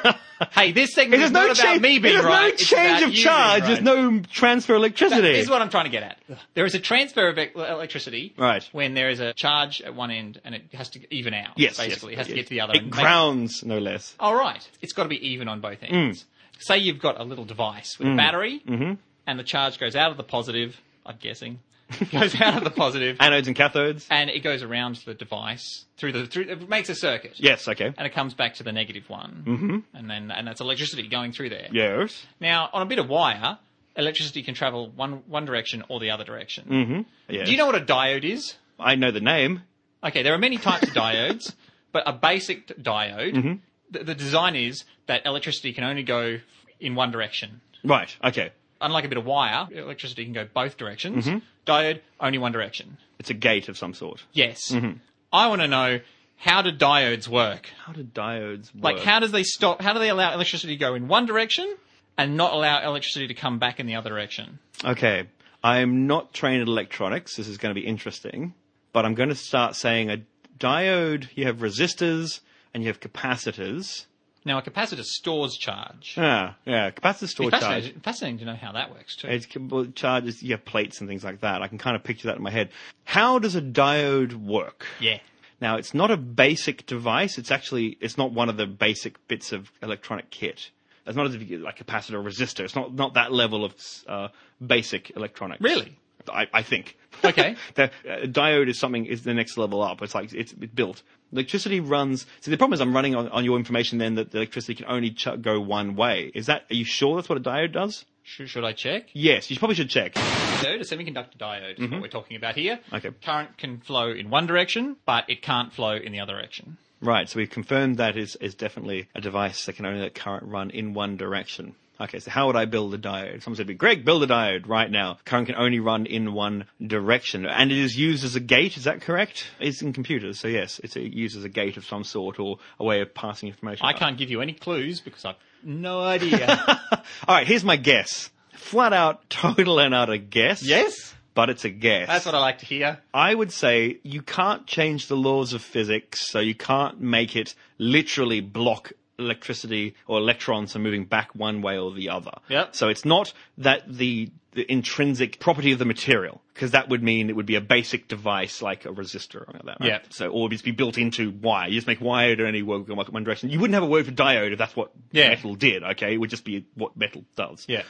S2: hey, this segment
S1: there's
S2: is
S1: no
S2: not about
S1: change.
S2: me being
S1: there's
S2: right.
S1: no
S2: it's
S1: change
S2: about
S1: of
S2: you being
S1: charge.
S2: right.
S1: There's no transfer of electricity.
S2: That is what I'm trying to get at. There is a transfer of e- electricity
S1: Right.
S2: when there is a charge at one end and it has to even out.
S1: yes,
S2: basically,
S1: yes,
S2: it has to
S1: yes.
S2: get to the other.
S1: It
S2: and make-
S1: grounds no less.
S2: All right, it's got to be even on both
S1: Hmm.
S2: ends. Say you've got a little device with a battery,
S1: Mm-hmm.
S2: and the charge goes out of the positive. I'm guessing
S1: *laughs*
S2: goes out of the positive,
S1: Anodes and cathodes.
S2: and it goes around the device through the through. It makes a circuit.
S1: Yes. Okay.
S2: And it comes back to the negative one, mm-hmm. and then and that's electricity going through there.
S1: Yes.
S2: Now, on a bit of wire, electricity can travel one one direction or the other direction.
S1: yes.
S2: Do you know what a diode is?
S1: I know the name.
S2: Okay, there are many types of diodes, *laughs* but a basic t- diode,
S1: Mm-hmm.
S2: the, the design is that electricity can only go in one direction.
S1: Right. Okay.
S2: Unlike a bit of wire, electricity can go both directions.
S1: Mm-hmm.
S2: Diode, only one direction.
S1: It's a gate of some sort.
S2: Yes.
S1: Mm-hmm.
S2: I want to know how do diodes work?
S1: How do diodes work?
S2: Like, how does they stop? How do they allow electricity to go in one direction and not allow electricity to come back in the other direction?
S1: Okay. I'm not trained in electronics. This is going to be interesting. But I'm going to start saying a diode, you have resistors and you have capacitors.
S2: Now, a capacitor stores charge.
S1: Ah, yeah. Capacitors store charge.
S2: Fascinating, fascinating to know how that works too.
S1: It's well, charges, you have plates and things like that. I can kind of picture that in my head. How does a diode work?
S2: yeah.
S1: Now, it's not a basic device. It's actually, it's not one of the basic bits of electronic kit. It's not as if you get like capacitor or resistor. It's not, not that level of uh, basic electronics.
S2: Really?
S1: I, I think. *laughs*
S2: Okay.
S1: the uh, diode is something is the next level up. It's like it's, it's built. Electricity runs. See, the problem is I'm running on, on your information then that the electricity can only ch- go one way. Is that? Are you sure that's what a diode does?
S2: Should, should I check?
S1: Yes, you probably should check.
S2: diode, a semiconductor diode, is what we're talking about here.
S1: Mm-hmm. Okay.
S2: Current can flow in one direction, but it can't flow in the other direction.
S1: Right, so we've confirmed that is, is definitely a device that can only let current run in one direction. Okay, so how would I build a diode? Someone said to me, Greg, build a diode right now. Current can only run in one direction. And it is used as a gate, is that correct? It's in computers, so yes, it's used as a gate of some sort or a way of passing information.
S2: I can't give you any clues because I've
S1: *laughs*
S2: no idea.
S1: All right, here's my guess. Flat out, *laughs* total and utter guess.
S2: yes?
S1: But it's a guess.
S2: That's what I like to hear.
S1: I would say you can't change the laws of physics, so you can't make it literally block electricity or electrons from moving back one way or the other.
S2: Yep.
S1: So it's not that the the intrinsic property of the material, because that would mean it would be a basic device like a resistor or something like that. Right?
S2: Yeah.
S1: So, or it would just be built into wire. You just make wire to only work in one direction. You wouldn't have a word for diode if that's what
S2: Yeah.
S1: metal did, okay? It would just be what metal does. *sighs*
S2: Yeah.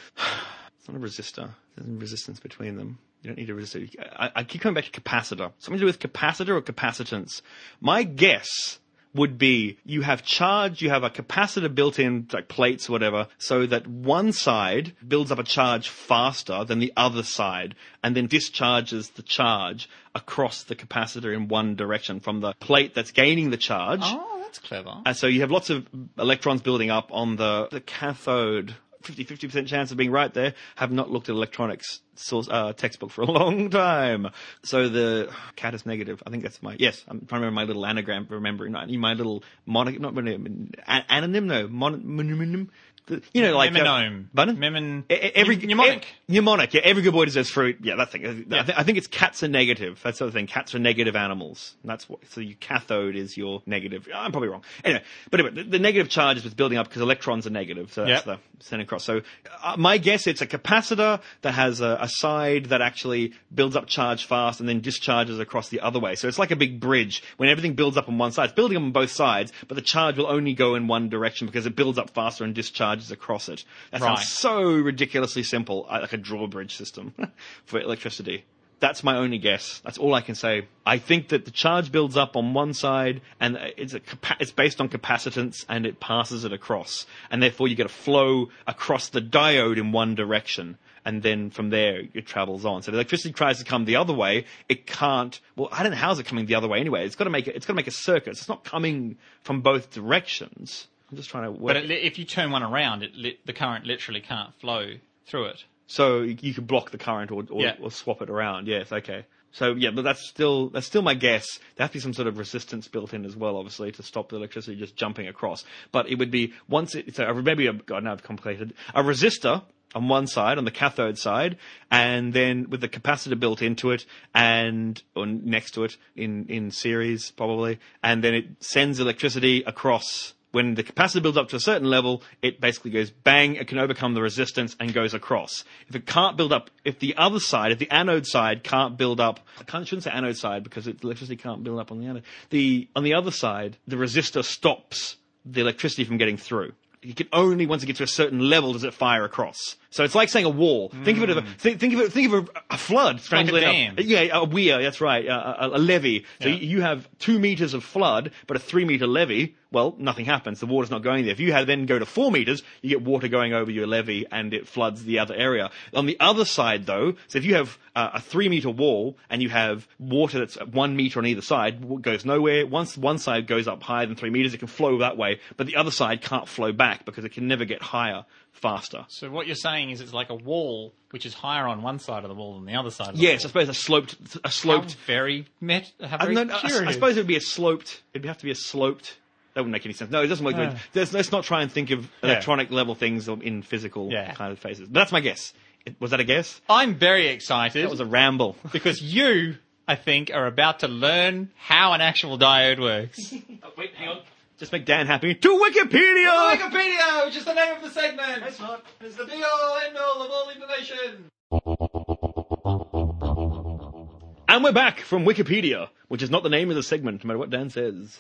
S1: It's not a resistor. There's no resistance between them. You don't need a resistor. I, I keep coming back to capacitor. Something to do with capacitor or capacitance. My guess would be you have charge, you have a capacitor built in, like plates or whatever, so that one side builds up a charge faster than the other side and then discharges the charge across the capacitor in one direction from the plate that's gaining the charge.
S2: Oh, that's clever.
S1: And Uh, so you have lots of electrons building up on the, the cathode. 50 50% chance of being right there. Have not looked at electronics source uh, textbook for a long *laughs* time. So the cat is negative. I think that's my yes. I'm trying to remember my little anagram. for Remembering not- my little monoc not mononym, an- anonym no mon, mononym. The- You know like uh,
S2: Memonome.
S1: pardon
S2: Memon-
S1: E- e- every
S2: Mnemonic.
S1: e- mnemonic. Yeah, every good boy deserves fruit. Yeah, that thing. I, thi- I, thi- I think it's cats are negative. That's the other thing. Cats are negative animals. And that's what. So your cathode is your negative. I'm probably wrong. Anyway, but anyway, the, the negative charge is what's building up because electrons are negative. So that's
S2: Yep.
S1: the sending across. So uh, my guess, it's a capacitor that has a, a side that actually builds up charge fast and then discharges across the other way. So it's like a big bridge. When everything builds up on one side, it's building up on both sides, but the charge will only go in one direction because it builds up faster and discharges across it. That
S2: Right.
S1: sounds so ridiculously simple, uh, like a drawbridge system *laughs* for electricity. That's my only guess. That's all I can say. I think that the charge builds up on one side, and it's a capa- it's based on capacitance, and it passes it across, and therefore you get a flow across the diode in one direction, and then from there it travels on. So if electricity tries to come the other way, it can't. Well, I don't know how's it coming the other way anyway. It's got to make it, it's got to make a circuit. It's not coming from both directions. I'm just trying to work.
S2: But it, li- if you turn one around, it li- the current literally can't flow through it.
S1: so you you could block the current or or,
S2: Yeah.
S1: or swap it around. Yes, okay. So yeah, but that's still that's still my guess. There has to be some sort of resistance built in as well, obviously, to stop the electricity just jumping across. But it would be once it so uh, maybe I've God now I've complicated a resistor on one side on the cathode side, and then with the capacitor built into it and or next to it in in series probably, and then it sends electricity across when the capacitor builds up to a certain level, it basically goes bang, it can overcome the resistance and goes across. If it can't build up, if the other side, if the anode side can't build up, I can't, shouldn't say anode side because it, electricity can't build up on the anode. The, on the other side, the resistor stops the electricity from getting through. You can only once it gets to a certain level does it fire across. So it's like saying a wall. Think of it, of a, think, think of it, think of a, a flood. Strangely
S2: dam.
S1: enough, yeah, a weir. That's right, a, a, a levee. So
S2: Yeah.
S1: you you have two meters of flood, but a three meter levee. Well, nothing happens. The water's not going there. If you had then go to four meters, you get water going over your levee, and it floods the other area. On the other side, though, so if you have uh, a three meter wall and you have water that's at one meter on either side, w- goes nowhere. Once one side goes up higher than three meters, it can flow that way, but the other side can't flow back because it can never get higher faster.
S2: So what you're saying is it's like a wall which is higher on one side of the wall than the other side of the
S1: Yes, I
S2: wall.
S1: suppose a sloped, a
S2: How
S1: sloped
S2: very met. How
S1: I,
S2: very
S1: no, no, I,
S2: curious.
S1: I suppose it would be a sloped. It'd have to be a sloped. That wouldn't make any sense. No, it doesn't work.
S2: Yeah.
S1: Let's, let's not try and think of electronic level things in physical
S2: Yeah.
S1: kind of phases. But that's my guess. It, was that a guess?
S2: I'm very excited
S1: That was a ramble. *laughs*
S2: because you, I think, are about to learn how an actual diode works.
S1: Uh, wait, hang on. Just make Dan happy. To Wikipedia.
S2: Wikipedia, which is the name of the segment. It's not. It's the be-all, end-all of all information.
S1: and we're back from Wikipedia, which is not the name of the segment, no matter what Dan
S2: *laughs*
S1: says.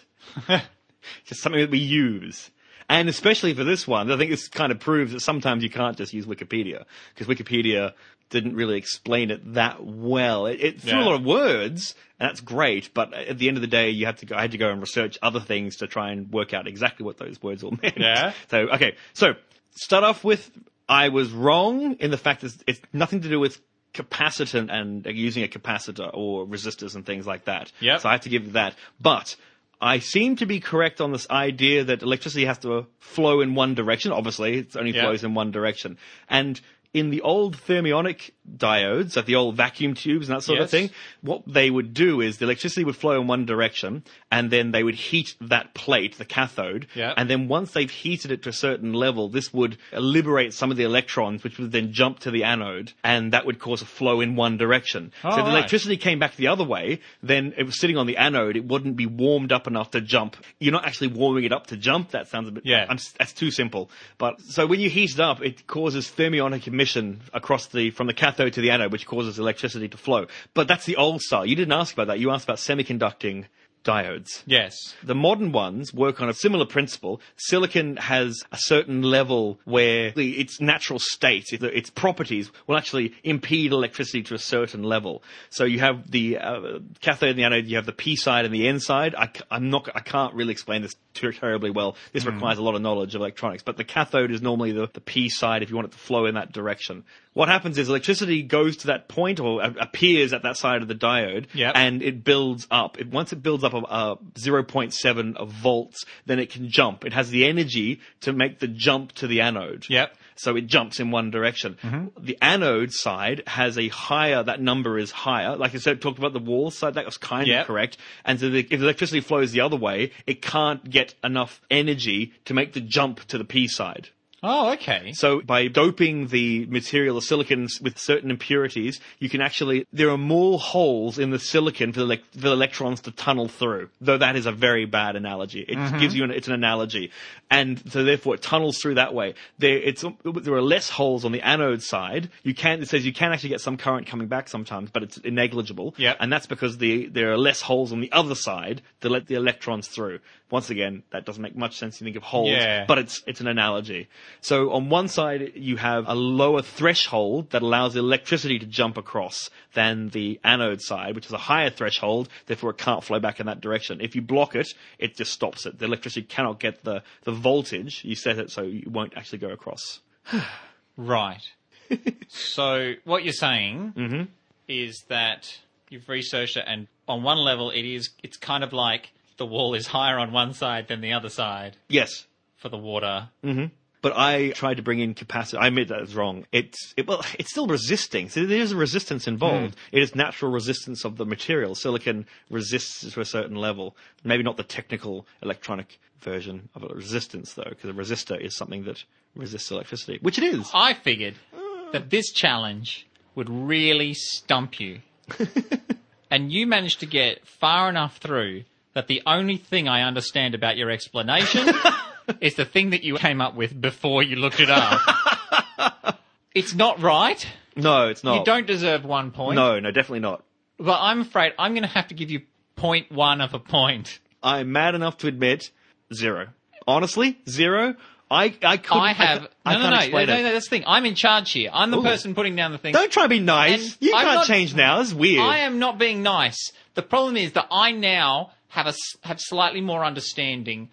S1: just something that we use. And especially for this one, I think this kind of proves that sometimes you can't just use Wikipedia because Wikipedia didn't really explain it that well. It, it threw a
S2: Yeah.
S1: lot of words, and that's great. But at the end of the day, you have to go. I had to go and research other things to try and work out exactly what those words all *laughs* meant.
S2: Yeah.
S1: So okay, so start off with I was wrong in the fact that it's nothing to do with capacitant and using a capacitor or resistors and things like that.
S2: Yep.
S1: So I have to give that. But I seem to be correct on this idea that electricity has to flow in one direction. Obviously, it only
S2: Yeah.
S1: flows in one direction. And in the old thermionic diodes, like the old vacuum tubes and that sort of
S2: Yes.
S1: thing, what they would do is the electricity would flow in one direction and then they would heat that plate, the cathode,
S2: Yeah.
S1: and then once they've heated it to a certain level, this would liberate some of the electrons, which would then jump to the anode, and that would cause a flow in one direction. so if
S2: right.
S1: the electricity came back the other way, then it was sitting on the anode, it wouldn't be warmed up enough to jump. You're not actually warming it up to jump. That sounds a bit
S2: Yeah.
S1: I'm, that's too simple. But so when you heat it up, it causes thermionic emission across the from the cathode to the anode, which causes electricity to flow. But that's the old style. You didn't ask about that. You asked about semiconducting diodes.
S2: Yes.
S1: The modern ones work on a similar principle. Silicon has a certain level where the, its natural state, it- its properties, will actually impede electricity to a certain level. So you have the uh, cathode and the anode, you have the P side and the N side. I, am not, I can't really explain this ter- terribly well. This requires a lot of knowledge of electronics, but the cathode is normally the, the P side if you want it to flow in that direction. What happens is electricity goes to that point or a- appears at that side of the diode
S2: Yep.
S1: and and it builds up. It, once it builds up a, a 0.7 of volts, then it can jump. It has the energy to make the jump to the anode.
S2: Yep. Mm-hmm.
S1: So it jumps in one direction. The anode side has a higher, that number is higher. Like I said, talked about the wall side, that was kind
S2: Yep.
S1: of correct. And so the, if electricity flows the other way, it can't get enough energy to make the jump to the P side.
S2: Oh, okay.
S1: So by doping the material of silicon s- with certain impurities, you can actually there are more holes in the silicon for the, elec- for the electrons to tunnel through. Though that is a very bad analogy. It gives you an, it's an analogy, and so therefore it tunnels through that way. There it's there are less holes on the anode side. You can it says you can actually get some current coming back sometimes, but it's negligible.
S2: Yep.
S1: and that's because the there are less holes on the other side to let the electrons through. Once again, that doesn't make much sense. You think of holes holes,
S2: Yeah.
S1: but it's it's an analogy. So on one side you have a lower threshold that allows electricity to jump across than the anode side, which is a higher threshold, therefore it can't flow back in that direction. If you block it, it just stops it. The electricity cannot get the, the voltage. You set it so you won't actually go across.
S2: Right. so what you're saying is that you've researched it, and on one level, it is it's kind of like the wall is higher on one side than the other side
S1: Yes.
S2: for the water.
S1: But I tried to bring in capacity. I admit that is wrong. It's it, well, it's still resisting. So there is a resistance involved.
S2: Hmm.
S1: It is natural resistance of the material. Silicon resists to a certain level. Maybe not the technical electronic version of a resistance though, because a resistor is something that resists electricity, which it is.
S2: I figured that this challenge would really stump you.
S1: *laughs*
S2: and you managed to get far enough through that the only thing I understand about
S1: *laughs*
S2: your explanation is the thing that you came up with before you looked it up. it's not right.
S1: No, it's not.
S2: You don't deserve one point.
S1: Oh. No, no, definitely not.
S2: But I'm afraid I'm going to have to give you point one of a point.
S1: I'm mad enough to admit zero. Honestly, zero. I I could
S2: I have.
S1: I,
S2: no,
S1: can't
S2: no, no, no,
S1: explain it.
S2: no. That's the thing. I'm in charge here. I'm the person putting down the thing.
S1: Don't try to be nice.
S2: And
S1: you
S2: I'm
S1: can't
S2: not-
S1: change now. It's weird.
S2: I am not being nice. The problem is that I now have a s- have slightly more understanding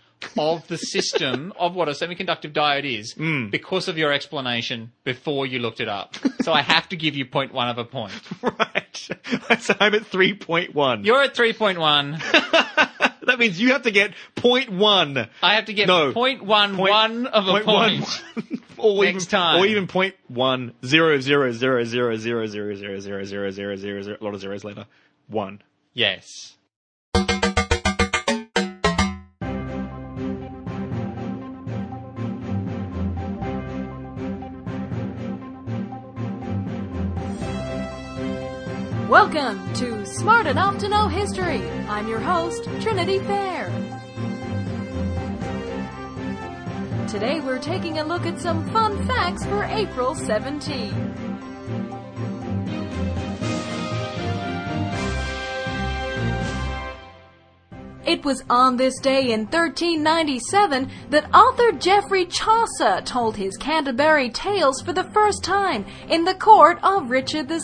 S1: *laughs*
S2: of the system of what a semiconductive diode is
S1: Hmm.
S2: because of your explanation before you looked
S1: *laughs*
S2: it up. So I have to give you point one of a point.
S1: right. *laughs* So I'm at 3.1.
S2: You're at three point one.
S1: that means you have to get 0.1.
S2: I have to
S1: *laughs*
S2: get
S1: No.
S2: point one
S1: Point-
S2: one of a
S1: point
S2: point.
S1: one. *laughs* or
S2: Next
S1: even,
S2: time.
S1: Or even 0.1. Zero, zero, zero, zero, zero, zero, zero, zero, zero, zero, zero, zero, a lot of zeros later. One.
S2: Yes.
S11: Welcome to Smart Enough to Know History. I'm your host, Trinity Fair. Today we're taking a look at some fun facts for April 17. It was on this day in 1397 that author Geoffrey Chaucer told his Canterbury Tales for the first time in the court of Richard II.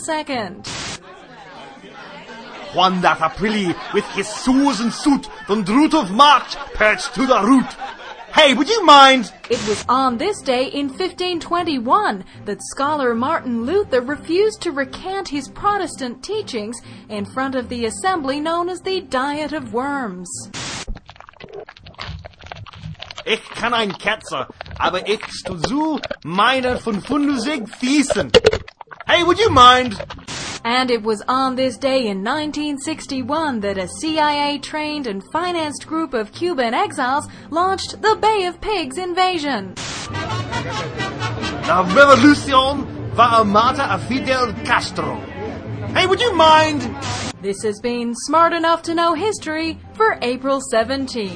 S8: Juan that Aprili with his Susan suit, the root of March, perched to the root. Hey, would you mind?
S11: It was on this day in 1521 that scholar Martin Luther refused to recant his Protestant teachings in front of the assembly known as the Diet of Worms.
S8: Ich kann ein Ketzer, aber ich zu so meiner 55 Fiesen. Hey, would you mind?
S11: And it was on this day in 1961 that a CIA trained and financed group of Cuban exiles launched the Bay of Pigs invasion.
S8: The revolution war a matter of Fidel Castro. Hey, would you mind?
S11: This has been Smart Enough to Know History for April 17.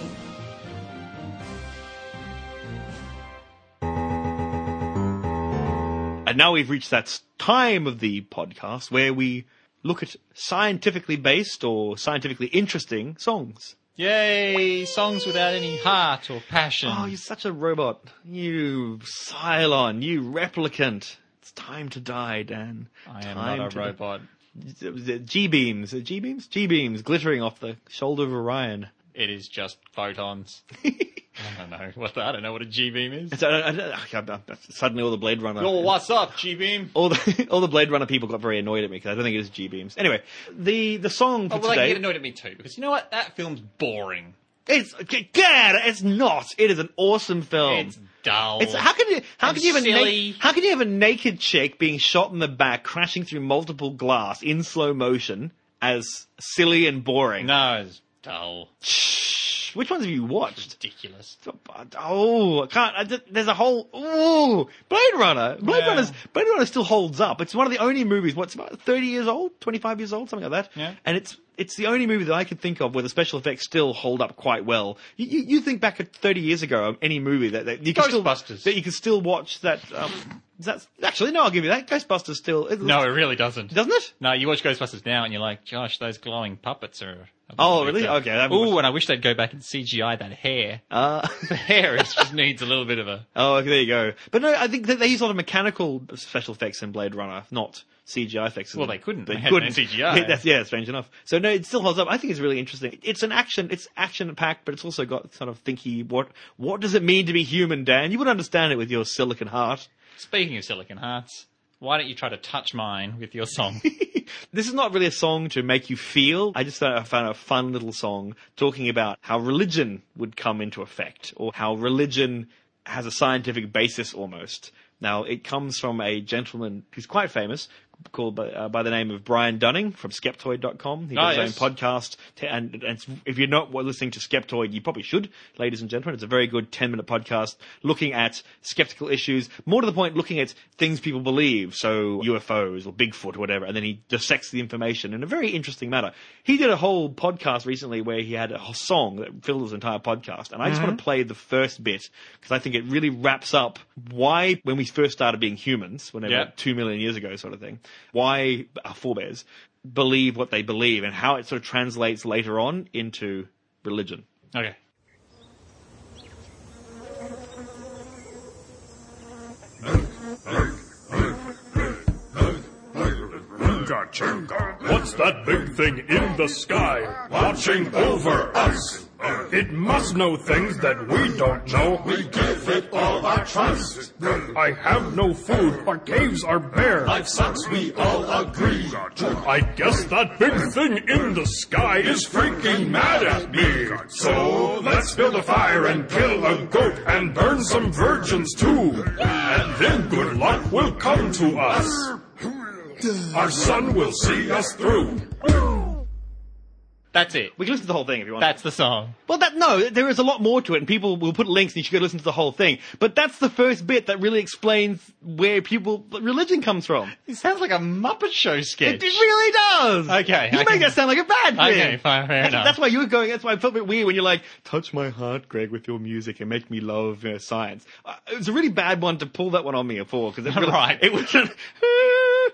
S1: And now we've reached that s- time of the podcast where we look at scientifically based or scientifically interesting songs.
S2: Yay! Songs without any heart or passion.
S1: Oh, you're such a robot. You Cylon, you replicant. It's time to die, Dan.
S2: I am
S1: time
S2: not
S1: to
S2: a robot.
S1: G beams, G beams, G beams glittering off the shoulder of Orion. *laughs*
S2: It is just photons. I don't know what the, I don't know what a G beam is.
S1: So, I- I- I- I- suddenly, all the Blade Runner,
S2: Yo, what's up, G beam?
S1: all the *laughs* all the Blade Runner people got very annoyed at me because I don't think it is G beams. Anyway, the the song for
S2: Oh, well, they can
S1: today,
S2: get annoyed at me too because you know what? That film's boring.
S1: it's God, it's not. It is an awesome film.
S2: It's dull.
S1: Oh. It's- how can you how
S2: And
S1: can you have a
S2: silly.
S1: na- how can you have a naked chick being shot in the back, crashing through multiple glass in slow motion as silly and boring?
S2: no, it's dull,
S1: Shh. Which ones have you watched?
S2: ridiculous.
S1: Oh, I can't. I just- there's a whole. Ooh, Blade Runner. Blade
S2: Yeah.
S1: Runner's Blade Runner still holds up. It's one of the only movies. What's about thirty years old, twenty five years old, something like that.
S2: Yeah.
S1: And it's it's the only movie that I could think of where the special effects still hold up quite well. You you, you think back at thirty years ago, um, any movie that, that you can still
S2: Ghostbusters.
S1: that you can still watch that. Um, that's actually no, I'll give you that. Ghostbusters still it-
S2: No, it really doesn't.
S1: doesn't it?
S2: No, you watch Ghostbusters now and you're like, Josh, those glowing puppets are.
S1: Oh, really? Okay, I haven't
S2: Ooh,
S1: watched-
S2: and I wish they'd go back and CGI that hair.
S1: Uh,
S2: *laughs* the hair is, just needs a little bit of a.
S1: *laughs* Oh, okay, there you go. But no, I think that they use a lot of mechanical special effects in Blade Runner, not CGI effects.
S2: Well, they couldn't. They had no CGI.
S1: Yeah, *laughs* that's- yeah, strange enough. So no, it still holds up. I think it's really interesting. It's an action, it's action packed, but it's also got sort of thinky. What what does it mean to be human, Dan? You would understand it with your silicon heart.
S2: Speaking of Silicon Hearts, why don't you try to touch mine with your song?
S1: *laughs* This is not really a song to make you feel. I just thought I found a fun little song talking about how religion would come into effect or how religion has a scientific basis almost. Now, it comes from a gentleman who's quite famous called by, uh, by the name of Brian Dunning from Skeptoid.com. He
S2: Ah,
S1: does his
S2: yes.
S1: own podcast. te- And, and it's- if you're not listening to Skeptoid, you probably should, ladies and gentlemen. It's a very good 10 minute podcast looking at skeptical issues, more to the point, looking at things people believe. So UFOs or Bigfoot or whatever. And then he dissects the information in a very interesting manner. He did a whole podcast recently where he had a whole song that filled his entire podcast. And I just want to play the first bit because I think it really wraps up why, when we first started being humans, whenever
S2: Yeah.
S1: two million years ago, sort of thing. Why our forebears believe what they believe and how it sort of translates later on into religion.
S2: okay.
S12: Gotcha. What's that big thing in the sky watching over us? It must know things that we don't know. We give it all our trust. I have no food. Our caves are bare. Life sucks. We all agree. I guess that big thing in the sky is freaking mad at me. So let's build a fire and kill a goat and burn some virgins too. And then good luck will come to us. Our son will see us through.
S2: That's it.
S1: We can listen to the whole thing if you want.
S2: That's the song.
S1: well, that no, there is a lot more to it, and people will put links, and you should go listen to the whole thing. But that's the first bit that really explains where people religion comes from.
S2: It sounds like a Muppet Show
S1: It,
S2: sketch.
S1: really does.
S2: Okay,
S1: you
S2: I
S1: make
S2: can-
S1: that sound like a bad thing.
S2: Okay, fine, fair
S1: that's,
S2: enough.
S1: that's why you were going. That's why I felt a bit weird when you're like, "Touch my heart, Greg, with your music, and make me love uh, science." Uh, it was a really bad one to pull that one on me for because really,
S2: Right.
S1: it was. *laughs*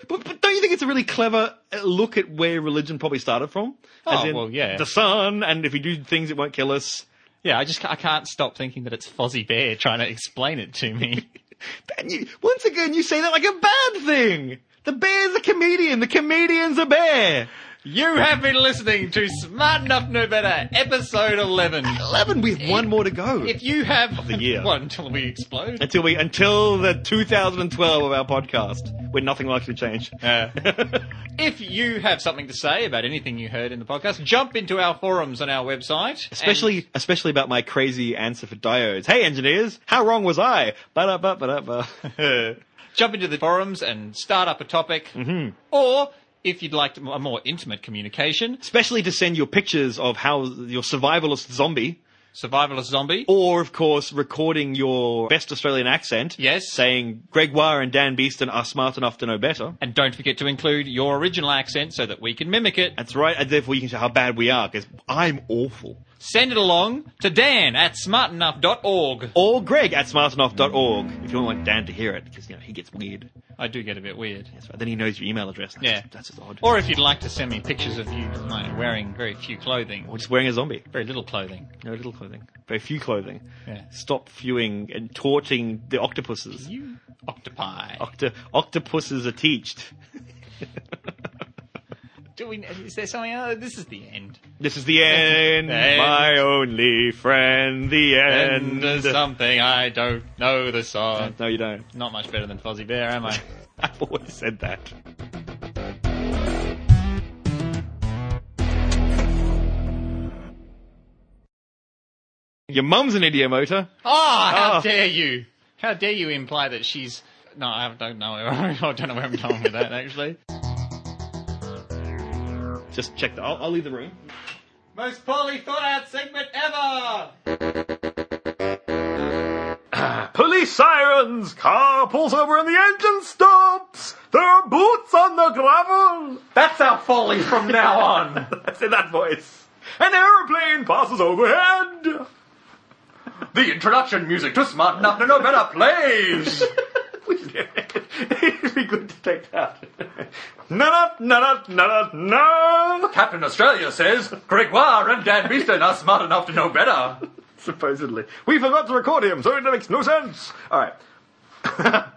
S1: but, but don't you think it's a really clever uh, look at where religion probably started from?
S2: Oh,
S1: As in,
S2: well, yeah.
S1: the sun, and if you do things, it won't kill us.
S2: yeah, I just ca- I can't stop thinking that it's Fozzie Bear trying to explain it to me. *laughs*
S1: And you, once again, you say that like a bad thing. The bear's a comedian. The comedian's a bear.
S2: you have been listening to Smart Enough No Better, episode eleven.
S1: Eleven with one more to go.
S2: If you have
S1: the
S2: *laughs*
S1: year.
S2: well, until we explode.
S1: until we until the 2012 of our podcast, where nothing likely to change.
S2: Uh, if you have something to say about anything you heard in the podcast, jump into our forums on our website.
S1: Especially,
S2: and-
S1: especially about my crazy answer for diodes. Hey, engineers, how wrong was I? Ba ba ba ba.
S2: jump into the forums and start up a topic. Mm-hmm. Or if you'd like to- a more intimate communication,
S1: *laughs* Especially to send your pictures of how your survivalist zombie,
S2: survivalist zombie.
S1: or of course recording your best Australian accent.
S2: Yes.
S1: saying Gregoire and Dan Beeston are smart enough to know better.
S2: and don't forget to include your original accent so that we can mimic it.
S1: That's right, and therefore you can show how bad we are because I'm awful.
S2: Send it along to Dan at smartenough.org.
S1: Or Greg at smartenough.org if you want Dan to hear it because you know he gets weird.
S2: I do get a bit weird.
S1: That's right. Then he knows your email address. That's,
S2: Yeah.
S1: That's just odd.
S2: Or if you'd like to send me pictures of you you know, wearing very few clothing.
S1: Or just wearing a zombie.
S2: Very little clothing.
S1: No little clothing. Very few clothing.
S2: Yeah.
S1: Stop fewing and torching the octopuses.
S2: You octopi.
S1: Octo- octopuses are teached.
S2: Do we, is there something else? This is the end.
S1: This is
S2: *laughs*
S1: the end, my only friend. The end.
S2: And there's something I don't know the song.
S1: No, you don't. *laughs*
S2: Not much better than Fuzzy Bear, am I?
S1: I've always said that. Your mum's an idiomotor.
S2: *laughs* Ah, how
S1: Ah.
S2: dare you! How dare you imply that she's. No, I don't know. I don't know where *laughs* I'm going with that, actually.
S1: Just check that. I'll, I'll leave the room.
S2: Most poorly thought out segment ever!
S8: *clears throat* Police sirens! Car pulls over and the engine stops! There are boots on the gravel! That's our folly from now on! *laughs* That's in that voice. An aeroplane passes overhead! *laughs* The introduction music to Smart Enough to Know Better plays! It'd be good to take that. *laughs* Na na na na na. Captain Australia says Gregoire and Dan Beeston are smart enough to know better. Supposedly, we forgot to record him, so it makes no sense. All right.